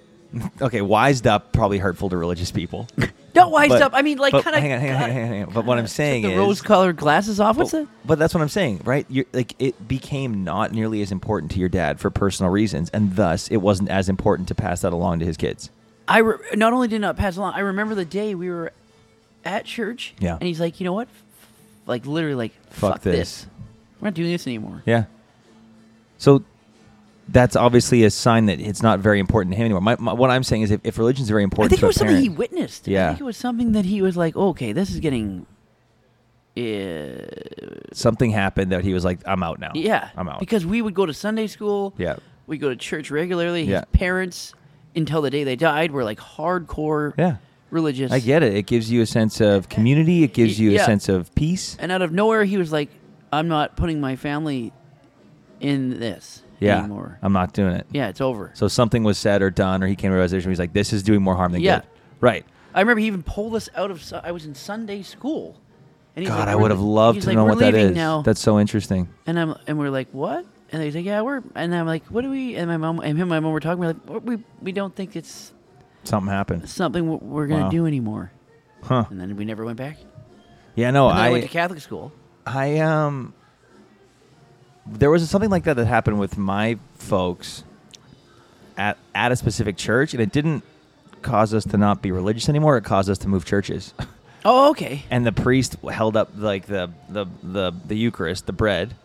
Okay, wised up probably hurtful to religious people. Not wised But- up. I mean, like but kind of. Hang on, hang on, hang on, hang on. But what I'm saying the is Oh. rose-colored glasses off. But, What's that? but that's what I'm saying, right? You're, like it became not nearly as important to your dad for personal reasons, and thus it wasn't as important to pass that along to his kids. I re- not only did not pass along. I remember the day we were at church. Yeah. And he's like, you know what? F- Like literally, like fuck, Fuck this. this. We're not doing this anymore. Yeah. So that's obviously a sign that it's not very important to him anymore. My, my, what I'm saying is, if, if religion's very I important, think to it was a something he parent- witnessed. I Yeah. think it was something that he was like, "Oh, okay, this is getting. Uh, something happened that he was like, "I'm out now." yeah. I'm out. Because we would go to Sunday school. yeah, We go to church regularly. Yeah. His parents, until the day they died, were like hardcore yeah, religious. I get it. It gives you a sense of community. It gives you Yeah. a sense of peace. And out of nowhere, he was like, I'm not putting my family in this Yeah, Uh, anymore. I'm not doing it. Yeah, it's over. So something was said or done, or he came to a realization. He's like, "This is doing more harm than Yeah. good." Right. I remember he even pulled us out of. Su- I was in Sunday school. And he's God, like, I "We're would have le- loved he's to like, know "We're what that leaving is. Now. That's so interesting. and I'm and we're like, what? And he's like, yeah, we're. And I'm like, what do we? And my mom and him and my mom were talking. We're like, "What- we we don't think it's Something happened, something w- we're gonna Wow. do anymore. huh? And then we never went back. Yeah, no, And then I, Oh, I went to Catholic school. I um there was something like that that happened with my folks at at a specific church and it didn't cause us to not be religious anymore it caused us to move churches Oh, okay. and the priest held up like the the the, the eucharist the bread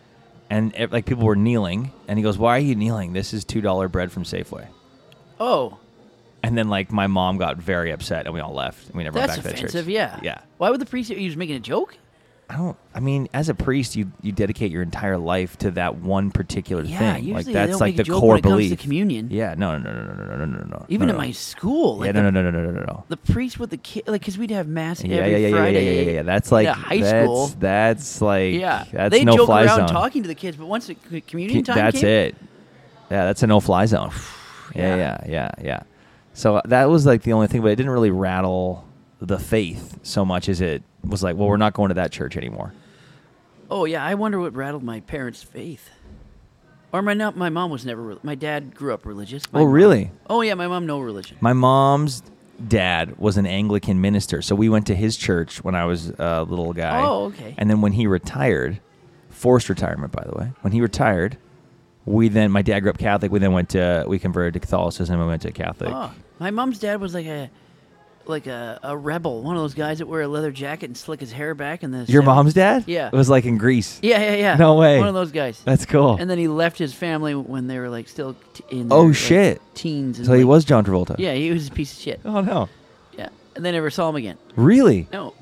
and it, like people were kneeling and he goes why are you kneeling this is $2 bread from Safeway Oh, and then like my mom got very upset and we all left and we never that's went back to that offensive. church Yeah. yeah Why would the priest? He was making a joke. I don't. I mean, as a priest, you you dedicate your entire life to that one particular Yeah, thing. usually Like they that's don't like make a the joke core when it comes to belief. communion. Yeah. No. No. No. No. No. No. No. No. No. Even no, at no. my school, like yeah. the, No. No. No. No. No. No. No. the priest with the kid, like, because we'd have mass Yeah, yeah, every yeah, yeah, yeah, Friday. yeah, yeah, yeah. That's like at high that's, school. That's like Yeah, That's they no joke fly zone. around talking to the kids, but once the c- communion time that's came, it. Yeah, that's a no fly zone. yeah, Yeah. yeah, yeah, yeah. So uh, that was like the only thing, but it didn't really rattle the faith so much as it was like, well, we're not going to that church anymore. Oh yeah, I wonder what rattled my parents' faith. Or my no, my mom was never. rel- My dad grew up religious. My Oh, mom- really? oh yeah, my mom no religion. My mom's dad was an Anglican minister, so we went to his church when I was a little guy. Oh, okay. And then when he retired, forced retirement, by the way. When he retired, we then my dad grew up Catholic. We then went to we converted to Catholicism and went to Catholic. Ah, my mom's dad was like a like a, a rebel, one of those guys that wear a leather jacket and slick his hair back and then Your said- mom's dad? Yeah. It was like in Greece. Yeah, yeah, yeah. No way. One of those guys. That's cool. And then he left his family when they were like still t- in. Oh, their, like, shit. teens. And, so he like- was John Travolta. Yeah, he was a piece of shit. Oh no. Yeah, and they never saw him again. Really? No,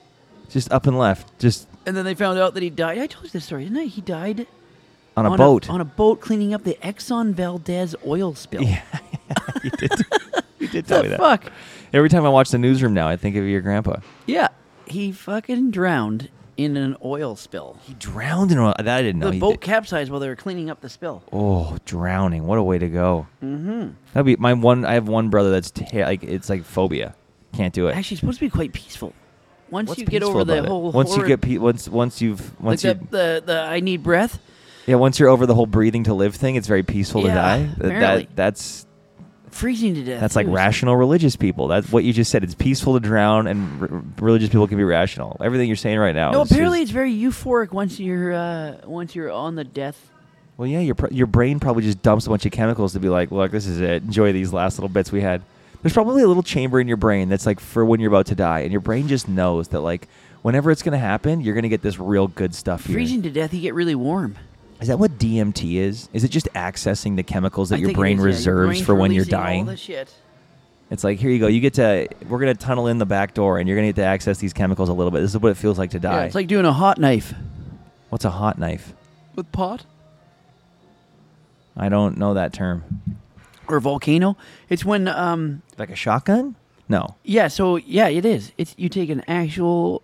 Just up and left, just and then they found out that he died. I told you this story, didn't I? He died on a boat. on a boat cleaning up the Exxon Valdez oil spill. yeah. you did. You did tell the me that. fuck? Every time I watch the newsroom now, I think of your grandpa. Yeah, he fucking drowned in an oil spill. He drowned in oil. That I didn't know. the he boat did. capsized while they were cleaning up the spill. Oh, drowning! What a way to go. Mm-hmm. That'd be my one. I have one brother that's ta- like it's like phobia. Can't do it. Actually, it's supposed to be quite peaceful. Once What's you get peaceful over the about it? whole once horror- you get pe- once once you've like once the, you the the I need breath. yeah once you're over the whole breathing to live thing, it's very peaceful Yeah, to die. That- barely. That that's Freezing to death. that's like too is- rational religious people. That's what you just said. It's peaceful to drown, and r- religious people can be rational. Everything you're saying right now. No, oh, is just- apparently it's very euphoric once you're uh, once you're on the death. well, yeah, your pr- your brain probably just dumps a bunch of chemicals to be like, look, this is it. Enjoy these last little bits we had. There's probably a little chamber in your brain that's like for when you're about to die, and your brain just knows that like whenever it's gonna happen, you're gonna get this real good stuff here. Freezing to death, you get really warm. Is that what DMT is? Is it just accessing the chemicals that I your think it brain is, yeah, reserves brain's for when you're releasing all dying? the shit. It's like here you go. You get to we're gonna tunnel in the back door, and you're gonna get to access these chemicals a little bit. This is what it feels like to die. Yeah, it's like doing a hot knife what's a hot knife? with pot I don't know that term. or volcano. It's when um Like a shotgun? No. yeah, so yeah, it is. It's you take an actual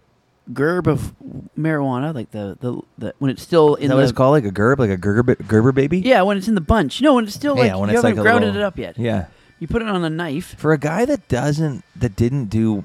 gerb of marijuana, like the the, the when it's still in Is that the what it's called? Like a gerb? Like a gerber, gerber baby? Yeah, when it's in the bunch. No, when it's still like yeah. When you it's haven't like a grounded little- it up yet. Yeah. You put it on a knife. For a guy that doesn't that didn't do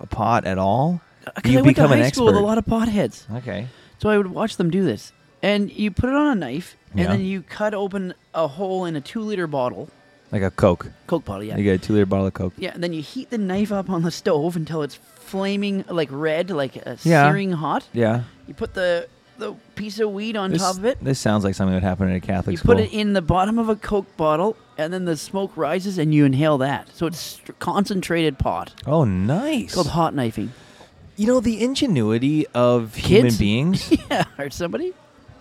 a pot at all, Uh, 'Cause you I went to become high an expert. school with a lot of potheads. okay. So I would watch them do this. And you put it on a knife, Yeah. and then you cut open a hole in a two liter bottle, Like a Coke. Coke bottle, yeah. You get a two liter bottle of Coke. Yeah, and then you heat the knife up on the stove until it's flaming, like red, like uh, Yeah. searing hot. Yeah. You put the, the piece of weed on This, top of it. this sounds like something that happened in a Catholic You school. put it in the bottom of a Coke bottle, and then the smoke rises, and you inhale that. So it's st- concentrated pot. oh, nice. It's called hot knifing. You know, the ingenuity of human Kids? beings yeah, or somebody.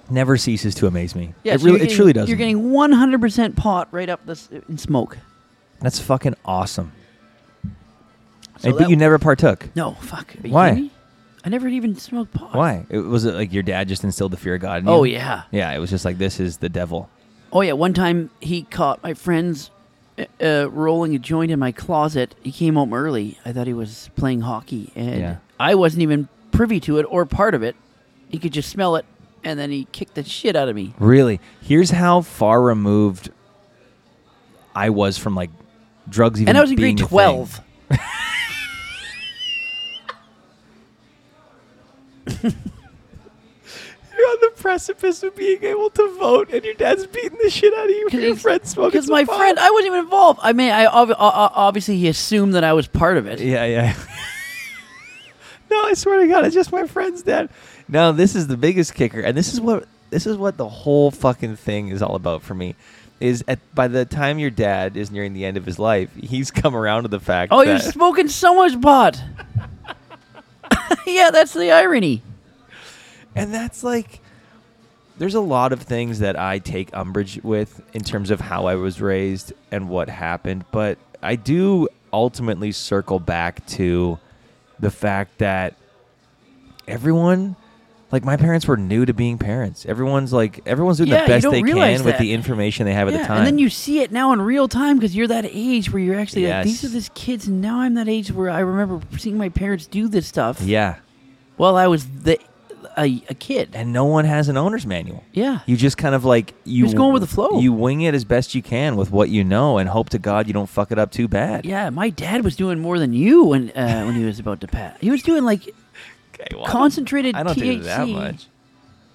never ceases to amaze me. Yeah, it, so really, you're it getting- truly does. You're getting 100% pot right up this in smoke. That's fucking awesome. So I bet that- you never partook. No, fuck. Are you Why? kidding me? I never even smoked pot. Why? It, was it like your dad just instilled the fear of God in you? Oh yeah. Yeah, it was just like, this is the devil. Oh yeah. One time he caught my friends uh, uh, rolling a joint in my closet. He came home early. I thought he was playing hockey, and Yeah. I wasn't even privy to it or part of it. He could just smell it, and then he kicked the shit out of me. Really? Here's how far removed I was from like drugs even And I was in being grade a thing. twelve. You're on the precipice of being able to vote, and your dad's beating the shit out of you for your Because friend smoking. some my pot. friend, I wasn't even involved. I mean, I ob- o- o- obviously he assumed that I was part of it. Yeah, yeah. no, I swear to God, it's just my friend's dad. No, this is the biggest kicker, and this is what this is what the whole fucking thing is all about for me. Is at by the time your dad is nearing the end of his life, he's come around to the fact. Oh, that, you're smoking so much pot. yeah, that's the irony. And that's like, there's a lot of things that I take umbrage with in terms of how I was raised and what happened, but I do ultimately circle back to the fact that everyone, like my parents were new to being parents. Everyone's like, everyone's doing Yeah, the you best don't they realize can with that. the information they have at yeah, the time. and then you see it now in real time because you're that age where you're actually like, these Yes. are these kids, and now I'm that age where I remember seeing my parents do this stuff. yeah. While I was the a, a kid. And no one has an owner's manual. Yeah. You just kind of like you just going with the flow. You wing it as best you can with what you know, and hope to God you don't fuck it up too bad. yeah, my dad was doing more than you when uh, when he was about to pass. He was doing like Okay, well, I don't- concentrated I don't THC. do that much.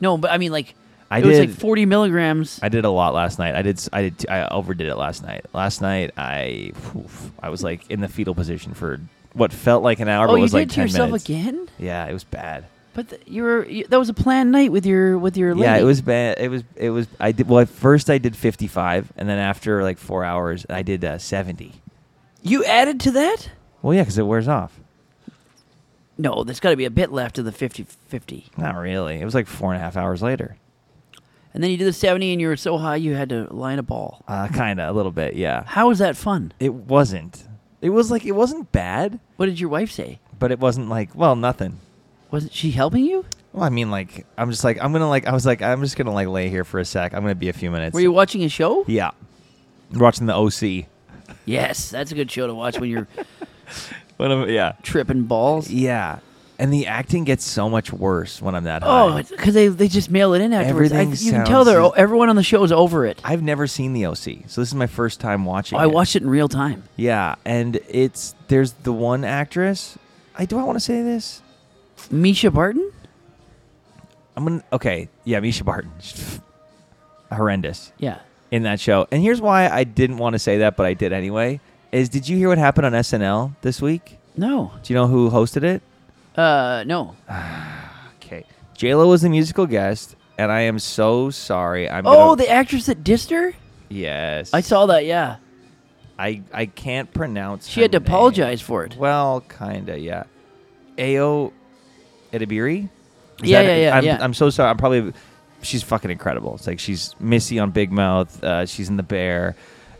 No, but I mean like I it was like did- 40 milligrams. I did a lot last night. I did. s- I did. t- I overdid it last night. Last night, I, oof, I was like in the fetal position for what felt like an hour, oh, but you was did like to ten yourself minutes. again? Yeah, it was bad. But th- you were you, that was a planned night with your with your lady. Yeah, it was bad. It was. It was. I did. Well, at first I did fifty-five, and then after like four hours, I did uh, seventy. You added to that? Well, yeah, because it wears off. No, there's got to be a bit left of the 50-50. Not really. It was like four and a half hours later. And then you did the 70 and you were so high you had to line a ball. Uh, kind of a little bit. Yeah. How was that fun? It wasn't. It was like it wasn't bad, What did your wife say? but it wasn't like well nothing. Wasn't she helping you? Well, I mean, like, I'm just like, I'm gonna like, I was like, I'm just gonna like lay here for a sec. I'm gonna be a few minutes. Were you watching a show? Yeah, I'm watching the OC. Yes, that's a good show to watch when you're When I'm, yeah, tripping balls. yeah, and the acting gets so much worse when I'm that Oh, high. because they, they just mail it in afterwards. I, Everything you can tell sounds- they're o- everyone on the show's over it. I've never seen the OC, so this is my first time watching. Oh, I it. watched it in real time. Yeah, and it's there's the one actress. I do I want to say this? Misha Barton? I'm gonna okay. Yeah, Misha Barton, horrendous. Yeah. in that show. And here's why I didn't want to say that, but I did anyway. Is did you hear what happened on SNL this week? No. Do you know who hosted it? Uh, no. Okay, J Lo was the musical guest, and I am so sorry. I'm Oh, gonna- the actress that dissed her? yes, I saw that, yeah. I I can't pronounce. She her had to name. apologize for it. Well, kinda, yeah. Ao Edibiri. Is Yeah, that- yeah, yeah, I'm, yeah. I'm so sorry. I'm probably she's fucking incredible. It's like she's Missy on Big Mouth. Uh, she's in The Bear.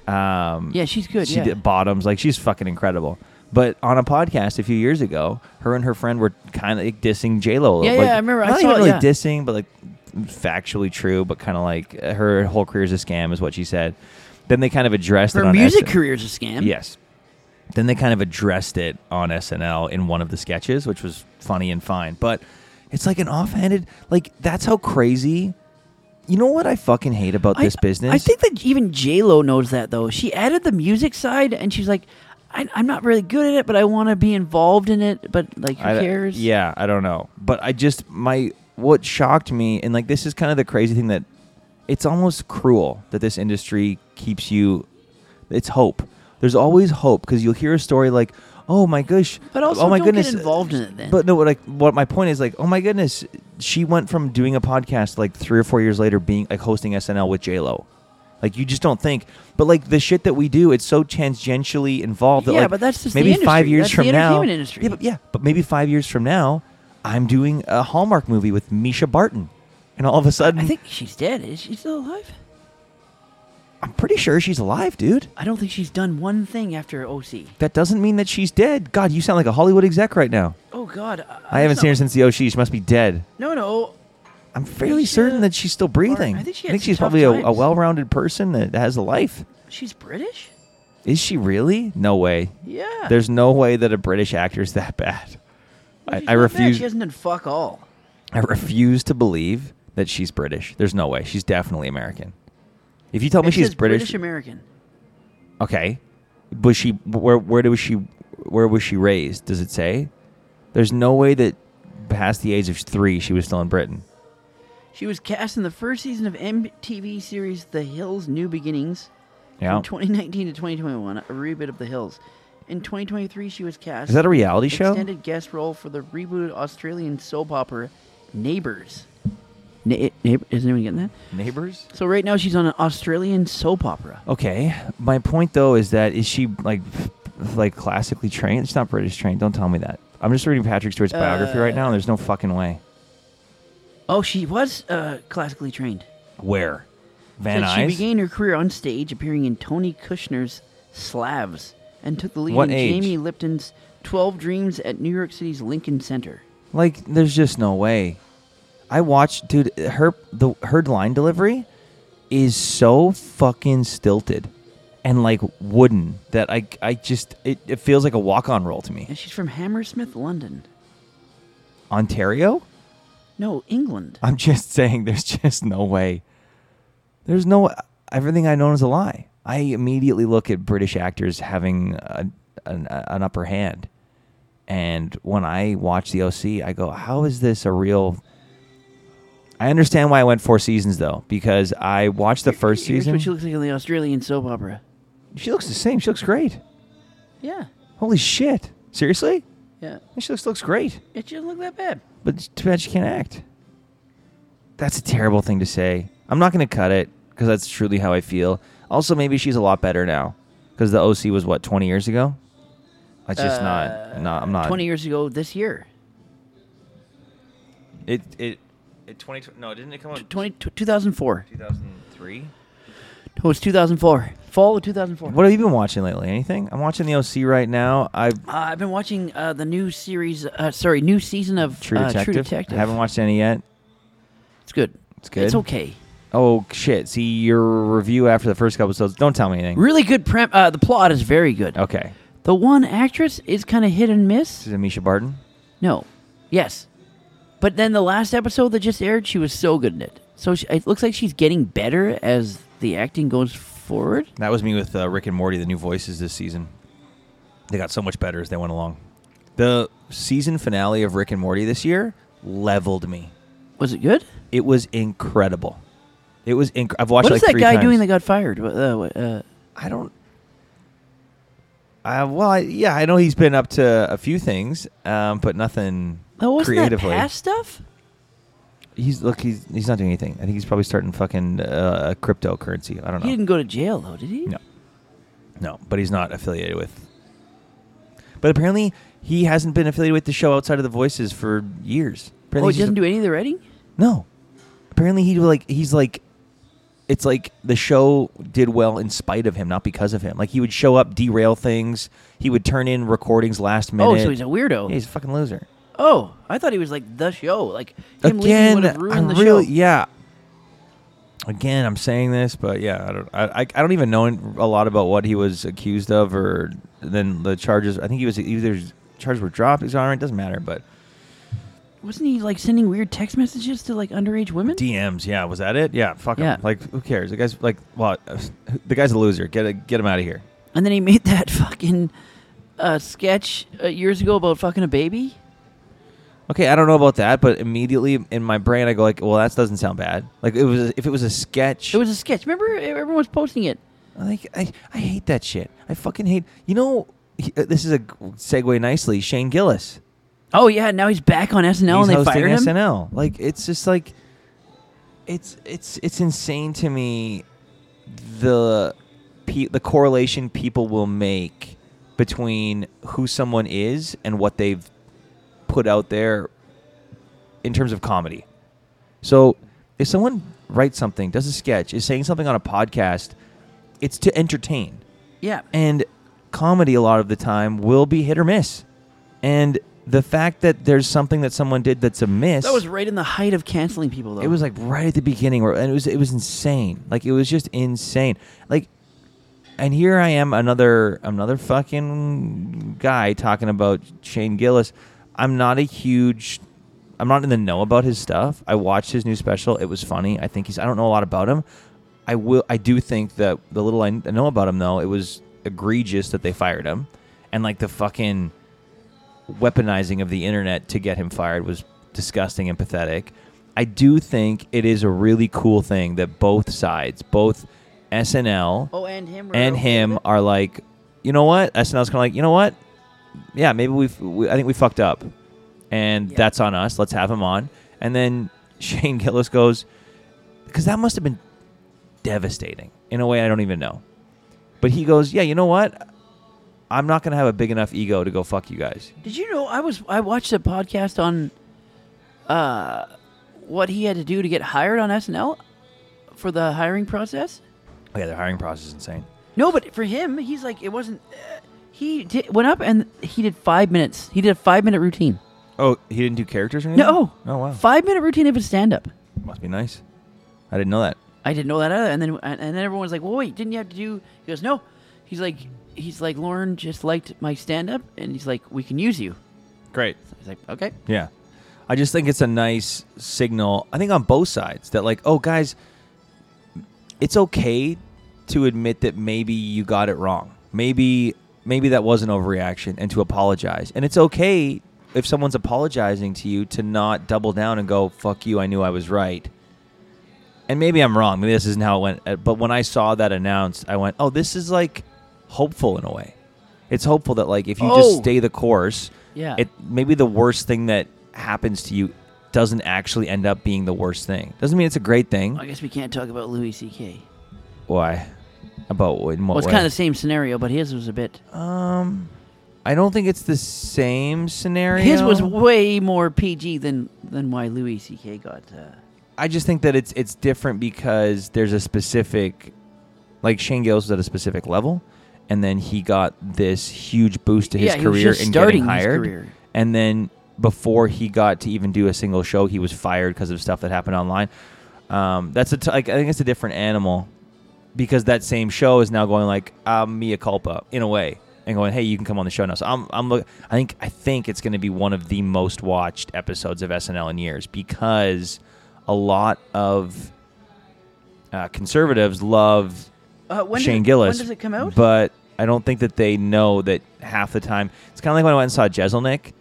Um, Yeah, she's good, She yeah. did Bottoms. Like she's fucking incredible. But on a podcast a few years ago, her and her friend were kind of like dissing J Lo. Yeah, like, yeah, I remember. I Not saw even it, really yeah. dissing, but like factually true. But kind of like uh, her whole career is a scam, is what she said. Then they kind of addressed it Her on music SN career's a scam. Yes. Then they kind of addressed it on SNL in one of the sketches, which was funny and fine. But it's like an offhanded, like that's how crazy. You know what I fucking hate about I- this business? I think that even J Lo knows that though. She added the music side, and she's like, I, "I'm not really good at it, but I want to be involved in it." But like, who I- uh, cares? yeah, I don't know. But I just my what shocked me and like this is kind of the crazy thing that it's almost cruel that this industry keeps you it's hope. There's always hope cuz you'll hear a story like, "Oh my gosh, But also, oh my don't goodness, get involved in it then. But no, what like what my point is like, oh my goodness, she went from doing a podcast like three or four years later, being like hosting SNL with J Lo. Like you just don't think, but like the shit that we do, it's so tangentially involved. That, Yeah, like, but that's just the maybe five industry. years That's from the now. entertainment industry. Yeah but, yeah, but maybe five years from now, I'm doing a Hallmark movie with Misha Barton, and all of a sudden, I think she's dead. Is she still alive? I'm pretty sure she's alive, dude. I don't think she's done one thing after OC. That doesn't mean that she's dead. God, you sound like a Hollywood exec right now. Oh God, I haven't seen her since the OC. She must be dead. No, no. I'm fairly Alicia certain that she's still breathing. uh, I think she had some she's tough probably a, a times. well-rounded person that has a life. She's British. Is she really? No way. Yeah. There's no way that a British actor's that bad. Well, I, she's I not bad. refuse. She hasn't done fuck all. I refuse to believe that she's British. There's no way. She's definitely American. If you tell me It she's says British, American. okay. Was she where? Where was she? Where was she raised? Does it say? There's no way that past the age of three she was still in Britain. She was cast in the first season of MTV series The Hills: New Beginnings. Yeah. From 2019 to 2021, a reboot of The Hills. In 2023, she was cast. Is that a reality show? Extended guest role for the rebooted Australian soap opera Neighbours. Na- neighbor, is anyone getting that? Neighbors. So right now she's on an Australian soap opera. Okay. My point though is that is she like f- like classically trained? It's not British trained. Don't tell me that. I'm just reading Patrick Stewart's biography right Uh, now, and there's no fucking way. Oh, she was uh, classically trained. Where? Van Said she Nuys. began her career on stage, appearing in Tony Kushner's Slavs, and took the lead What in age? Jamie Lipton's 12 Dreams at New York City's Lincoln Center. Like, there's just no way. I watched, dude. Her the her line delivery is so fucking stilted and like wooden that I I just it, it feels like a walk on role to me. And she's from Hammersmith, London. Ontario. No, England. I'm just saying, there's just no way. There's no everything I know is a lie. I immediately look at British actors having a, an, an upper hand, and when I watch The OC, I go, "How is this a real?" I understand why I went four seasons though, because I watched the first Here's season. what she looks like in the Australian soap opera. She looks the same. She looks great. Yeah, Holy shit! Seriously, yeah. she looks looks great. It doesn't look that bad. But too bad she can't act. That's a terrible thing to say. I'm not going to cut it because that's truly how I feel. Also, maybe she's a lot better now because the OC was what 20 years ago. It's just Uh, not. No, I'm not. 20 years ago this year. It it it 20. No, didn't it come out 20, t- 2004. 2003? No, it's 2004. Fall of 2004. What have you been watching lately? Anything? I'm watching the OC right now. I Uh, I've been watching uh, the new series, uh, sorry, new season of True uh, Detective. True Detective. I haven't watched any yet. It's good. It's good? It's okay. Oh shit! See your review after the first couple episodes. Don't tell me anything. Really good. Prem- uh, the plot is very good. Okay. The one actress is kind of hit and miss. This is Amisha Barton. No. Yes. But then the last episode that just aired, she was so good in it. So she, it looks like she's getting better as the acting goes forward. That was me with uh, Rick and Morty, the new voices this season. They got so much better as they went along. The season finale of Rick and Morty this year leveled me. Was it good? It was incredible. It was. Inc- I've watched What it is like that three guy times. doing that got fired? What- Uh, what- uh, I don't. I well, I, yeah, I know he's been up to a few things, um, but nothing oh, wasn't that creatively. past stuff? He's look. He's he's not doing anything. I think he's probably starting fucking uh, cryptocurrency. I don't know. Oh, He didn't go to jail though, did he? No. No, but he's not affiliated with. But But apparently, he hasn't been affiliated with the show outside of the voices for years. Apparently oh, he's he just- doesn't do any of the writing. No. Apparently, he like he's like, it's like the show did well in spite of him, not because of him. Like he would show up, derail things. He would turn in recordings last minute. Oh, so he's a weirdo. Yeah, he's a fucking loser. oh, I thought he was like the show. Like him leaving Again, would have ruined I'm the really show. yeah. Again, I'm saying this, but yeah, I don't, I, I, I don't even know a lot about what he was accused of, or then the charges. I think he was either charges were dropped, exonerated. Doesn't matter, but Wasn't he like sending weird text messages to like underage women? DMs. Yeah, was that it? Yeah, fuck him. Yeah. Like, who cares? The guy's like, well, the guy's a loser. Get a, get him out of here. and then he made that fucking uh, sketch uh, years ago about fucking a baby. Okay, I don't know about that, but immediately in my brain, I go like, well, that doesn't sound bad. Like, it was if it was a sketch. It was a sketch. Remember, e, everyone was posting it. Like, I I hate that shit. I fucking hate. You know, he, uh, this is a g- segue nicely. Shane Gillis. Oh yeah, now he's back on SNL He's and they hosting fired him. SNL. Like, it's just like, it's it's it's insane to me. The pe- the correlation people will make between who someone is and what they've put out there in terms of comedy. So if someone writes something, does a sketch, is saying something on a podcast, it's to entertain. Yeah, And comedy, a lot of the time, will be hit or miss. And the fact that there's something that someone did that's a miss, that was right in the height of canceling people though. it was like right at the beginning, where, and it was it was insane. Like it was just insane. Like, and here I am, another another fucking guy talking about Shane Gillis. I'm not a huge. I'm not in the know about his stuff. I watched his new special. It was funny. I think he's. I don't know a lot about him. I will. I do think that the little I kn- know about him, though, it was egregious that they fired him, and like the fucking weaponizing of the internet to get him fired was disgusting and pathetic. I do think it is a really cool thing that both sides, both SNL oh, and him. were and okay with him, it? are like, you know what? SNL's kind of like, you know what? Yeah, maybe we've. We, I think we fucked up, and Yeah. that's on us. Let's have him on. And then Shane Gillis goes, because that must have been devastating in a way I don't even know. But he goes, yeah, you know what? I'm not gonna have a big enough ego to go fuck you guys. Did you know I was I watched a podcast on uh what he had to do to get hired on SNL for the hiring process? Oh, yeah, their hiring process is insane. No, but for him, he's like it wasn't. Uh, he did, went up and he did five minutes. He did a five minute routine. Oh, he didn't do characters or anything. No, Oh wow. five minute routine of a stand up. Must be nice. I didn't know that. I didn't know that either. And then and then everyone was like, "Well, wait, didn't you have to do?" He goes, "No." He's like, he's like, Lauren just liked my stand up, and he's like, "We can use you." Great. He's like, "Okay." Yeah. I just think it's a nice signal, I think on both sides, that like, oh, guys, it's okay to admit that maybe you got it wrong. Maybe maybe that was an overreaction and to apologize. And it's okay if someone's apologizing to you to not double down and go, fuck you, I knew I was right. And maybe I'm wrong. Maybe this isn't how it went. uh, But when I saw that announced, I went, oh, this is like hopeful in a way. It's hopeful that like if you just Oh. stay the course, Yeah. it maybe the worst thing that happens to you doesn't actually end up being the worst thing. Doesn't mean it's a great thing. I guess we can't talk about Louis C.K. Why? About what? In what Well, it's way? kind of the same scenario, but his was a bit. um, I don't think it's the same scenario. His was way more PG than than why Louis C.K. got. Uh, I just think that it's it's different because there's a specific, like Shane Gillis was at a specific level, and then he got this huge boost to his Yeah, he was career just and starting getting his hired. career. And then before he got to even do a single show, he was fired because of stuff that happened online. Um, that's a t- like, I think it's a different animal because that same show is now going like um, mea culpa in a way and going hey you can come on the show now. So I'm I'm look, I think I think it's going to be one of the most watched episodes of SNL in years because a lot of uh, conservatives love uh, when Shane does, Gillis. When does it come out? But I don't think that they know that half the time. It's kind of like when I went and saw Jeselnik.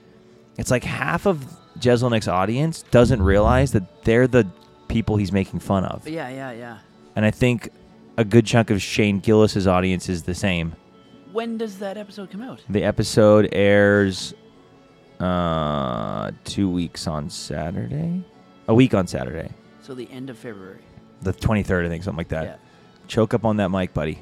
It's like half of Jeselnik's audience doesn't realize that they're the people he's making fun of. yeah, yeah, yeah. And I think a good chunk of Shane Gillis's audience is the same. When does that episode come out? The episode airs uh, two weeks on Saturday, a week on Saturday, So the end of February. the 23rd, I think, something like that. yeah. Choke up on that mic, buddy.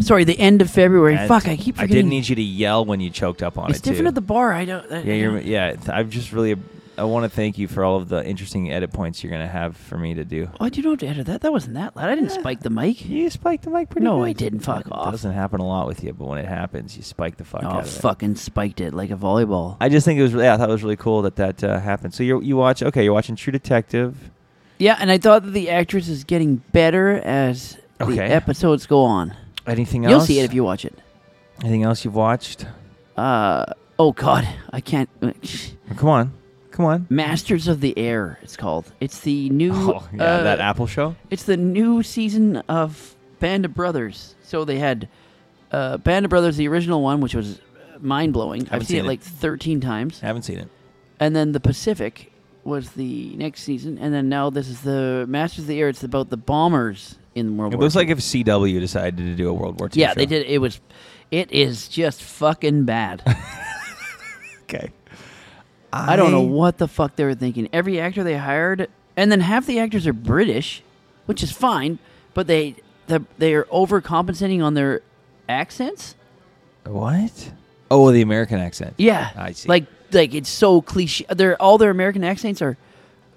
sorry, the end of February. And Fuck, I keep I forgetting. didn't need you to yell when you choked up on It's it. different too. at the bar. I don't. I, Yeah, you're, yeah. th- I'm just really. I want to thank you for all of the interesting edit points you're gonna have for me to do. Oh, I do know how to edit that. That wasn't that loud. I didn't Yeah. spike the mic. You spiked the mic pretty. No, good. I didn't. Fuck it off. Doesn't happen a lot with you, but when it happens, you spike the fuck oh, out of it. fucking spiked it like a volleyball. I just think it was. Really, I thought it was really cool that that uh, happened. So you you watch. Okay, you're watching True Detective. yeah, and I thought that the actress is getting better as Okay. the episodes go on. Anything You'll else? see it if you watch it. Anything else you've watched? Uh, oh God, I can't. Come on, come on. Masters of the Air. It's called. It's the new. Oh, yeah, uh, that Apple show. It's the new season of Band of Brothers. So they had uh, Band of Brothers, the original one, which was mind blowing. I've Haven't seen, seen it it. like 13 times. I haven't seen it. And then the Pacific was the next season. And then now this is the Masters of the Air. It's about the bombers in World It War looks II. like if CW decided to do a World War II. Yeah, show. they did. It was. It is just fucking bad. Okay. I don't know what the fuck they were thinking. Every actor they hired, and then half the actors are British, which is fine, but they the, they are overcompensating on their accents. What? Oh, the American accent. Yeah, I see. Like like it's so cliche. They're all their American accents are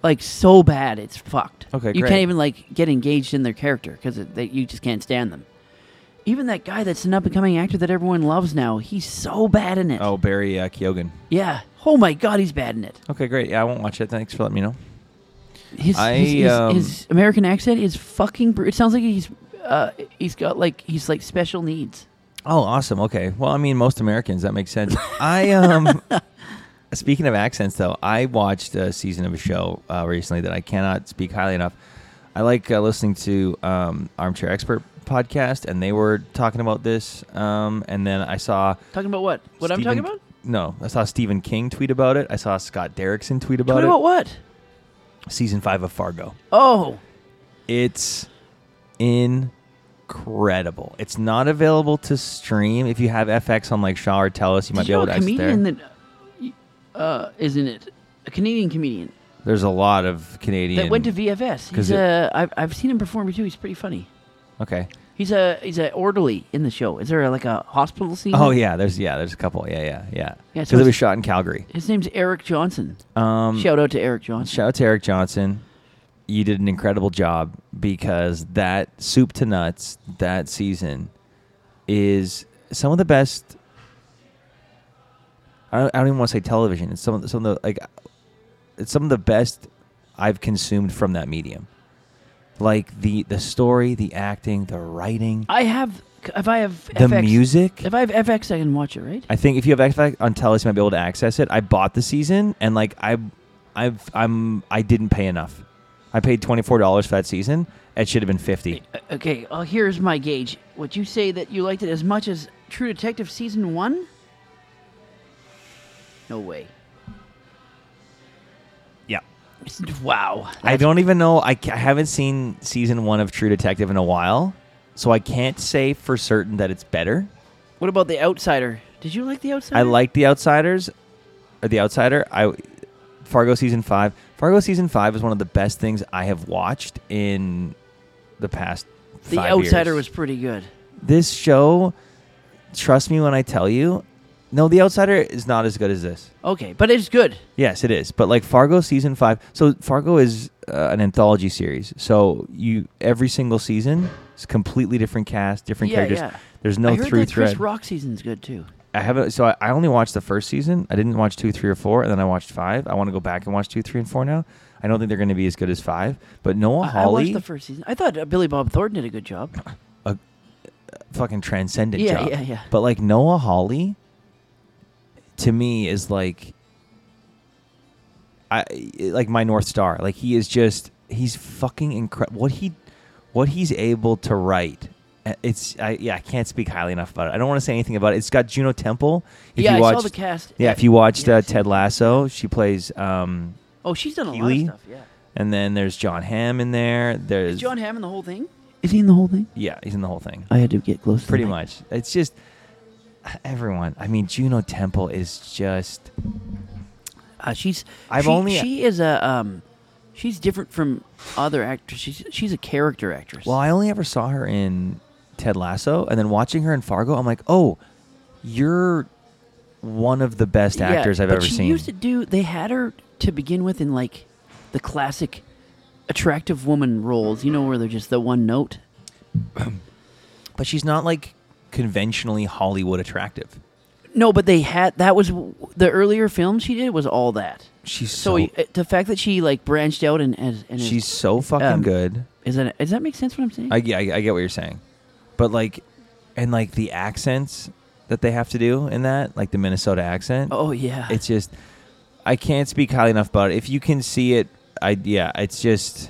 like so bad. It's fucked. Okay, you great. can't even like get engaged in their character because you just can't stand them. Even that guy that's an up and coming actor that everyone loves now, he's so bad in it. Oh, Barry uh, Keoghan. yeah. Oh my god, he's bad in it. Okay, great. Yeah, I won't watch it. Thanks for letting me know. His, I, his, his, um, his American accent is fucking. Br- it sounds like he's uh, he's got like he's like special needs. Oh, awesome. Okay. Well, I mean, most Americans. That makes sense. I um. Speaking of accents, though, I watched a season of a show uh, recently that I cannot speak highly enough. I like uh, listening to um, Armchair Expert podcast, and they were talking about this. Um, and then I saw Talking about what? What I'm Stephen- talking about? No, I saw Stephen King tweet about it. I saw Scott Derrickson tweet about Talking it. about what? Season five of Fargo. Oh, It's incredible. It's not available to stream. If you have FX on like Shaw or Telus, you might did be you know able a to access there. comedian that uh, isn't it a Canadian comedian There's a lot of Canadian. that went to VFS? 'Cause He's it- a, I've I've seen him perform too. He's pretty funny. okay. He's a he's a orderly in the show. Is there like a hospital scene? Oh yeah, there's yeah, there's a couple. Yeah, yeah, yeah. Yeah, Because so it was it's- shot in Calgary. His name's Eric Johnson. Um, Shout out to Eric Johnson. Shout out to Eric Johnson. You did an incredible job because that soup to nuts that season is some of the best. I don't, I don't even want to say television. It's some of the, some of the like, it's some of the best I've consumed from that medium. Like the the story, the acting, the writing, I have if I have the FX, music. If I have FX, I can watch it, right? I think if you have Xbox on Telus, you might be able to access it. I bought the season, and like I, I've I'm I didn't pay enough. I paid twenty four dollars for that season. It should have been fifty. Uh, Okay, uh, here's my gauge. Would you say that you liked it as much as True Detective season one? No way. Yeah. Wow. I don't even know. I, ca- I haven't seen season one of True Detective in a while, so I can't say for certain that it's better. What about The Outsider? Did you like The Outsider? I like The Outsiders, or The Outsider. I Fargo season five. Fargo season five is one of the best things I have watched in the past. The five Outsider years. was pretty good. this show trust me when i tell you no the outsider is not as good as this Okay, but it's good. yes it is but like fargo season five so fargo is uh, an anthology series so you every single season is completely different cast different Yeah, characters yeah. there's no I heard through that Chris thread Rock season's good too. i haven't so I, I only watched the first season i didn't watch two three or four and then i watched five i want to go back and watch two three and four now i don't think they're going to be as good as five but noah I- I watched hawley the first season. I thought uh, Billy Bob Thornton did a good job. a fucking transcendent Yeah, job. yeah, yeah. But like Noah Hawley, to me is like, I like my north star. Like he is just he's fucking incredible. What he, what he's able to write. uh, It's I yeah I can't speak highly enough about it. I don't want to say anything about it. It's got Juno Temple. If yeah, you watched, I saw the cast. yeah, if you watched Yeah, I uh, see. Ted Lasso, she plays. um Oh, she's done a Keighley? lot of stuff. Yeah. And then there's John Hamm in there. There's Is John Hammond the whole thing? Is he in the whole thing? yeah, he's in the whole thing. I had to get close. to pretty the mic. much. It's just everyone. I mean, Juno Temple is just. Uh, she's. I've she, only- uh, She is a. Um, she's different from other actors. She's she's a character actress. Well, I only ever saw her in Ted Lasso, and then watching her in Fargo, I'm like, oh, you're one of the best actors yeah, I've but ever she seen. used to do. They had her to begin with in like the classic attractive woman roles. You know where they're just the one note. but she's not like conventionally Hollywood attractive. No, but they had that was the earlier film she did was all that. She's So so, y- uh, the fact that she like branched out and and, and is- she's so fucking um, good. is that does that make sense? What I'm saying? I, ge- I, I get what you're saying, but like, and like the accents that they have to do in that, like the Minnesota accent. oh yeah, It's just I can't speak highly enough about it. If you can see it, I yeah, it's just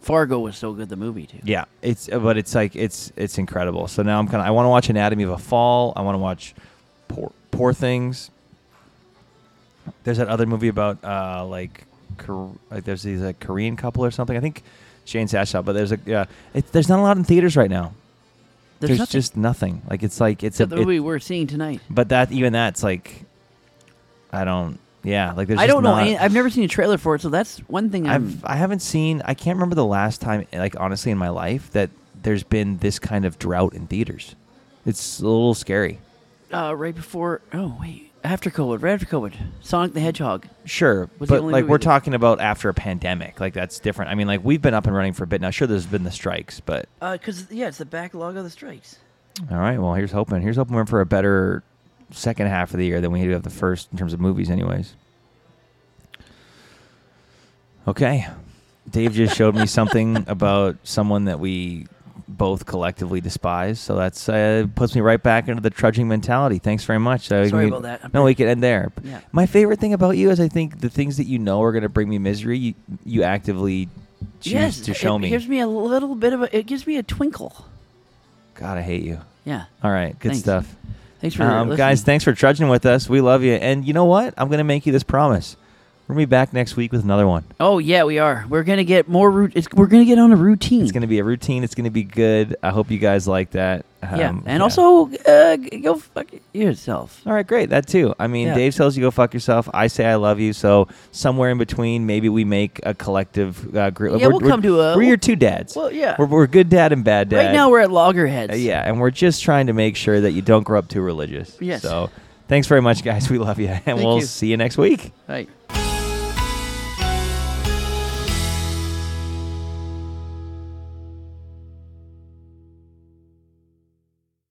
Fargo was so good the movie too. yeah, it's but it's like it's it's incredible. So now I'm kind of I want to watch Anatomy of a Fall. I want to watch Poor Poor Things. There's that other movie about uh like Kor- like there's these like Korean couple or something. I think Shane Sash out, but there's a yeah, it, there's not a lot in theaters right now. There's, nothing just nothing. Like it's like it's a except the it- movie we're seeing tonight. but that even that's like I don't yeah, like there's I just don't know. not- Any, I've never seen a trailer for it, so that's one thing. I'm, I've I haven't seen I can't remember the last time like honestly in my life that there's been this kind of drought in theaters. It's a little scary. uh, right before. Oh wait, after COVID, right after COVID, Sonic the Hedgehog. Sure, Was the but only like movie we're that- talking about after a pandemic, like that's different. I mean, like we've been up and running for a bit now. Sure, there's been the strikes, but Because Uh, yeah, it's the backlog of the strikes. all right. Well, here's hoping. Here's hoping we're in for a better second half of the year than we do have the first in terms of movies, anyways. Okay, Dave just showed me something about someone that we both collectively despise. So that's uh, puts me right back into the trudging mentality. Thanks very much. So we Sorry can- about that. I'm No, we could end there. Yeah. My favorite thing about you is I think the things that you know are going to bring me misery. You, you actively choose to show it me. gives me a little bit of a. It gives me a twinkle. God, I hate you. Yeah. All right, good Thanks. stuff. Thanks for um, listening. guys thanks for trudging with us we love you and you know what i'm gonna make you this promise we're gonna be back next week with another one Oh yeah, we are. We're gonna get more. Root, it's, we're gonna get on a routine. it's gonna be a routine it's gonna be good i hope you guys like that um, yeah, and also uh, g- go fuck yourself. all right great that too i mean Yeah. dave tells you go fuck yourself i say i love you so somewhere in between maybe we make a collective uh, group Yeah, we'll come to a- we're your two dads Well, yeah. we're, we're good dad and bad dad Right now we're at loggerheads. Uh, yeah and we're just trying to make sure that you don't grow up too religious Yes. so thanks very much guys we love you and Thank we'll you. see you next week Right.